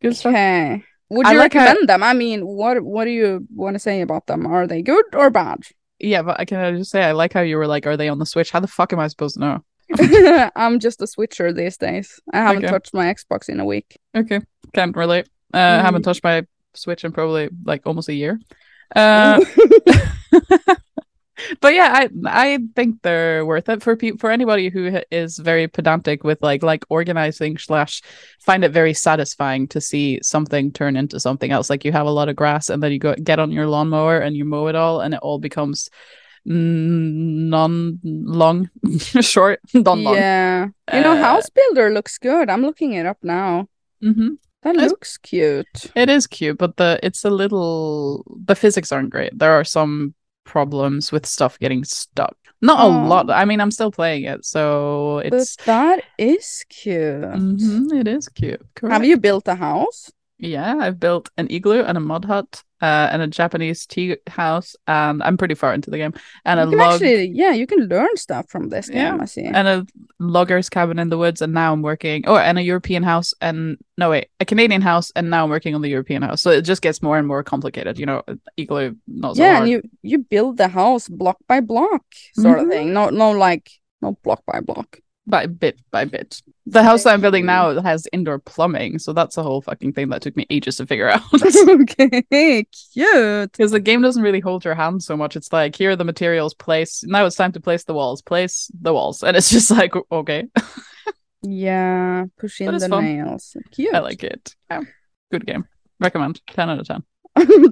Speaker 2: Good stuff.
Speaker 1: Okay. Would
Speaker 2: I
Speaker 1: you
Speaker 2: like how-
Speaker 1: recommend them? I mean, what what do you want to say about them? Are they good or bad?
Speaker 2: yeah, but I can just say I like how you were like, are they on the Switch? How the fuck am I supposed to know?
Speaker 1: I'm just a switcher these days. I haven't
Speaker 2: Okay.
Speaker 1: touched my Xbox in a week.
Speaker 2: Okay, can't relate. Uh,
Speaker 1: Mm.
Speaker 2: Uh, haven't touched my Switch in probably like almost a year. Uh, but yeah, I I think they're worth it for people for anybody who h- is very pedantic with like like organizing slash find it very satisfying to see something turn into something else. Like you have a lot of grass and then you go get on your lawnmower and you mow it all and it all becomes mm, non long short non long.
Speaker 1: yeah. You know,
Speaker 2: Uh,
Speaker 1: House Builder looks good. I'm looking it up now.
Speaker 2: Mhm.
Speaker 1: That
Speaker 2: That's-
Speaker 1: looks cute.
Speaker 2: It is cute, but the it's a little the physics aren't great. There are some problems with stuff getting stuck. Not a
Speaker 1: Oh.
Speaker 2: lot. I mean, I'm still playing it, so
Speaker 1: But
Speaker 2: it's
Speaker 1: that is cute.
Speaker 2: Mhm, it is cute. Correct.
Speaker 1: Mm-hmm, Have you built a house?
Speaker 2: Yeah, I've built an igloo and a mud hut uh, and a Japanese tea house, and I'm pretty far into the game. And
Speaker 1: you
Speaker 2: a
Speaker 1: can
Speaker 2: log
Speaker 1: actually, yeah, you can learn stuff from this
Speaker 2: Yeah.
Speaker 1: game. I see.
Speaker 2: and a logger's cabin in the woods, and now I'm working. Oh, and a European house, and no wait, a Canadian house, and now I'm working on the European house. So it just gets more and more complicated. You know, igloo not so
Speaker 1: yeah,
Speaker 2: hard.
Speaker 1: and you you build the house block by block, sort
Speaker 2: Mm-hmm.
Speaker 1: of thing. No, no, like no block by block.
Speaker 2: by bit by bit. The house that I'm building
Speaker 1: Exactly.
Speaker 2: now has indoor plumbing, so that's a whole fucking thing that took me ages to figure out.
Speaker 1: okay, cute.
Speaker 2: Because the game doesn't really hold your hand so much. It's like here are the materials, place now it's time to place the walls, place the walls, and it's just like okay,
Speaker 1: Yeah, push in
Speaker 2: it's
Speaker 1: the
Speaker 2: fun.
Speaker 1: nails. Cute.
Speaker 2: I like it. Yeah. Good game. Recommend ten out of ten.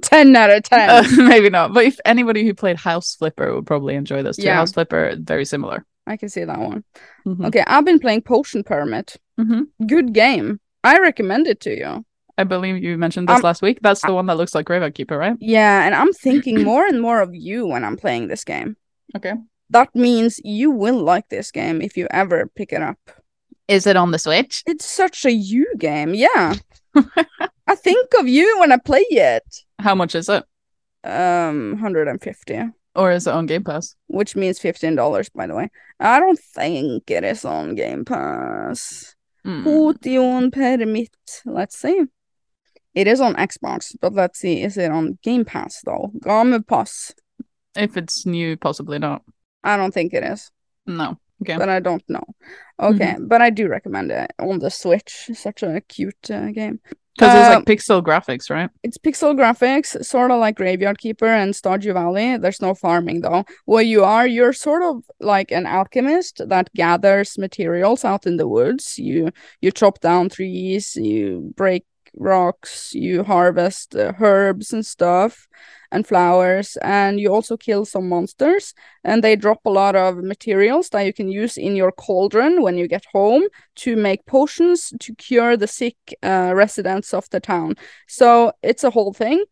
Speaker 1: ten out of ten.
Speaker 2: Uh, maybe not, but if anybody who played House Flipper would probably enjoy this too.
Speaker 1: Yeah.
Speaker 2: House Flipper very similar.
Speaker 1: I can see that one.
Speaker 2: Mhm.
Speaker 1: Okay, I've been playing Potion Permit.
Speaker 2: Mhm.
Speaker 1: Good game. I recommend it to you.
Speaker 2: I believe you mentioned this
Speaker 1: Um,
Speaker 2: last week. That's the one that looks like Graveyard Keeper, right?
Speaker 1: Yeah, and I'm thinking more and more of you when I'm playing this game.
Speaker 2: Okay.
Speaker 1: That means you will like this game if you ever pick it up.
Speaker 2: Is it on the Switch?
Speaker 1: It's such a you game. Yeah. I think of you when I play it.
Speaker 2: How much is it?
Speaker 1: Um, 150,
Speaker 2: Or is it on Game Pass?
Speaker 1: which means $15, by the way. I don't think it is on Game Pass.
Speaker 2: Hmm.
Speaker 1: Potion Permit. Let's see. It is on Xbox, but let's see. Is it on Game Pass, though? Game Pass.
Speaker 2: If it's new, possibly not.
Speaker 1: I don't think it is.
Speaker 2: No. Okay.
Speaker 1: but I don't know. Okay, but I do recommend it on the Switch. Such a cute uh, game.
Speaker 2: Because
Speaker 1: Um,
Speaker 2: it's like pixel graphics, right?
Speaker 1: It's pixel graphics, sort of like Graveyard Keeper and Stardew Valley. There's no farming though. Where you are, you're sort of like an alchemist that gathers materials out in the woods. You you chop down trees, you break rocks, you harvest uh, herbs and stuff and flowers and you also kill some monsters and they drop a lot of materials that you can use in your cauldron when you get home to make potions to cure the sick uh, residents of the town so it's a whole thing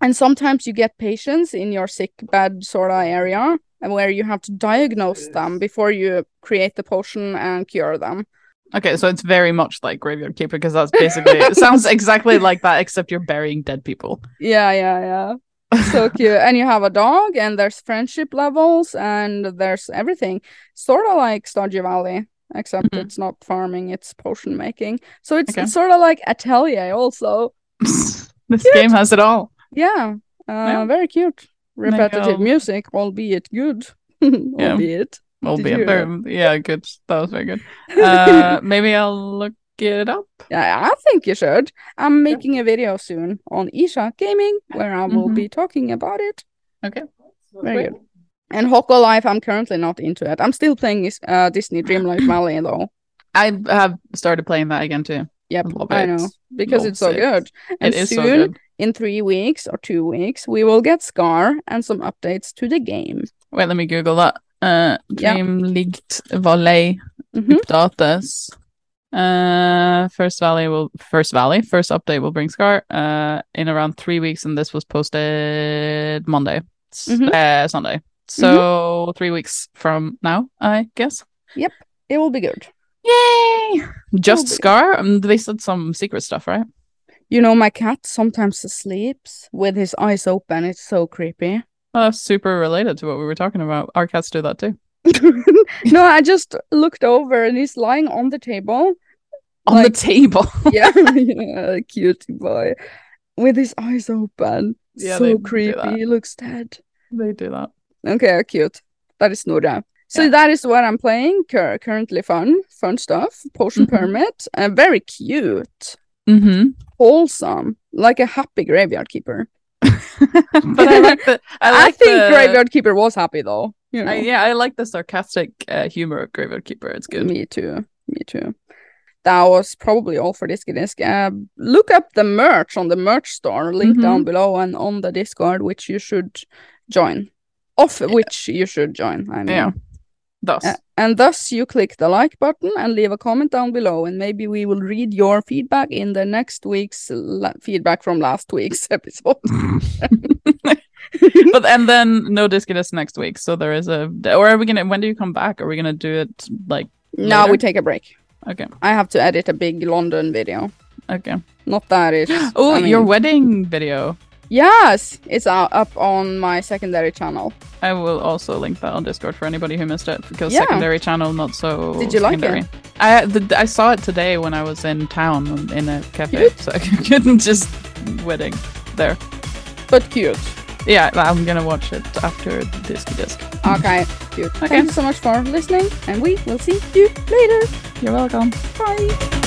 Speaker 1: and sometimes you get patients in your sick bed sort of area where you have to diagnose them before you create the potion and cure them
Speaker 2: Okay, so it's very much like Graveyard Keeper because that's basically it sounds exactly like that, except you're burying dead people.
Speaker 1: yeah yeah yeah so cute. And you have a dog, and there's friendship levels, and there's everything. Sort of like Stardew Valley, except
Speaker 2: Mhm.
Speaker 1: it's not farming, it's potion making. So it's,
Speaker 2: Okay.
Speaker 1: it's sort of like Atelier, also.
Speaker 2: this game has it all.
Speaker 1: Yeah, uh,
Speaker 2: Yeah.
Speaker 1: very cute.
Speaker 2: you
Speaker 1: Repetitive
Speaker 2: go.
Speaker 1: music, albeit good. albeit.
Speaker 2: Well,
Speaker 1: Did
Speaker 2: be
Speaker 1: you-
Speaker 2: it very, yeah, good. That was very good. Uh, maybe I'll look it up.
Speaker 1: Yeah, I think you should. I'm making a video soon on Isha Gaming where I will
Speaker 2: Mhm.
Speaker 1: be talking about it.
Speaker 2: Okay,
Speaker 1: Very good. And Hoko Life, I'm currently not into it. I'm still playing this, uh, Disney Dreamlight Valley though.
Speaker 2: I have started playing that again too.
Speaker 1: Yep,
Speaker 2: I love
Speaker 1: I
Speaker 2: it.
Speaker 1: know because
Speaker 2: Love
Speaker 1: it's so
Speaker 2: it.
Speaker 1: good. And
Speaker 2: It is so
Speaker 1: soon,
Speaker 2: good.
Speaker 1: in three weeks or two weeks, we will get Scar and some updates to the game.
Speaker 2: Wait, let me Google that. Uh,
Speaker 1: Yeah.
Speaker 2: Dreamlight Valley
Speaker 1: Mhm.
Speaker 2: updates. Uh, first valley will first valley first update will bring Scar. Uh, in around three weeks, and this was posted Monday, S-
Speaker 1: Mhm.
Speaker 2: uh, Sunday. So three weeks from now, I guess.
Speaker 1: It will be good.
Speaker 2: Yay! Just
Speaker 1: Probably.
Speaker 2: Scar. Um, they said some secret stuff, right?
Speaker 1: You know, my cat sometimes sleeps with his eyes open. It's so creepy.
Speaker 2: Well, that's Uh, super related to what we were talking about. Our cats do that too.
Speaker 1: no, I just looked over and he's lying on the table.
Speaker 2: On the
Speaker 1: Like-
Speaker 2: table.
Speaker 1: Yeah, yeah cutie boy, with his eyes open.
Speaker 2: Yeah, they
Speaker 1: so
Speaker 2: do that.
Speaker 1: creepy. He looks dead.
Speaker 2: they do that.
Speaker 1: Okay, uh, cute. That is Nora. So
Speaker 2: Yeah.
Speaker 1: that is what I'm playing. Cur- currently fun, fun stuff. Potion
Speaker 2: Mhm.
Speaker 1: permit. Uh, very cute,
Speaker 2: Mm-hmm.
Speaker 1: wholesome, like a happy graveyard keeper.
Speaker 2: but I like the. I,
Speaker 1: I,
Speaker 2: like
Speaker 1: think
Speaker 2: the-
Speaker 1: graveyard keeper was happy though. You know?
Speaker 2: I, yeah, I like the sarcastic uh, humor of Graveyard Keeper. It's good.
Speaker 1: Me too. Me too. That was probably all for Disky Disc. Uh, look up the merch on the merch store, link
Speaker 2: Mhm.
Speaker 1: down below, and on the Discord, which you should join. Of which you should join. I mean.
Speaker 2: Yeah. Thus,
Speaker 1: Uh, and thus, you click the like button and leave a comment down below, and maybe we will read your feedback in the next week's la- feedback from last week's episode.
Speaker 2: but and then no discus next week. So there is a. Or are we gonna? When do you come back? Are we gonna do it like?
Speaker 1: now we
Speaker 2: Later?
Speaker 1: take a break.
Speaker 2: Okay.
Speaker 1: I have to edit a big London video.
Speaker 2: Okay.
Speaker 1: Not that it's.
Speaker 2: Oh,
Speaker 1: I mean-
Speaker 2: your wedding video.
Speaker 1: Yes, it's out, up on my secondary channel.
Speaker 2: I will also link that on Discord for anybody who missed it because
Speaker 1: Yeah.
Speaker 2: secondary channel not so.
Speaker 1: Did you like it?
Speaker 2: secondary. I the, I saw it today when I was in town um, in a cafe,
Speaker 1: Cute.
Speaker 2: so I couldn't just wedding there.
Speaker 1: But cute.
Speaker 2: Yeah, I'm gonna watch it after Disky Disc.
Speaker 1: Okay, cute.
Speaker 2: Okay.
Speaker 1: Thank you so much for listening, and we will see you later.
Speaker 2: You're welcome.
Speaker 1: Bye.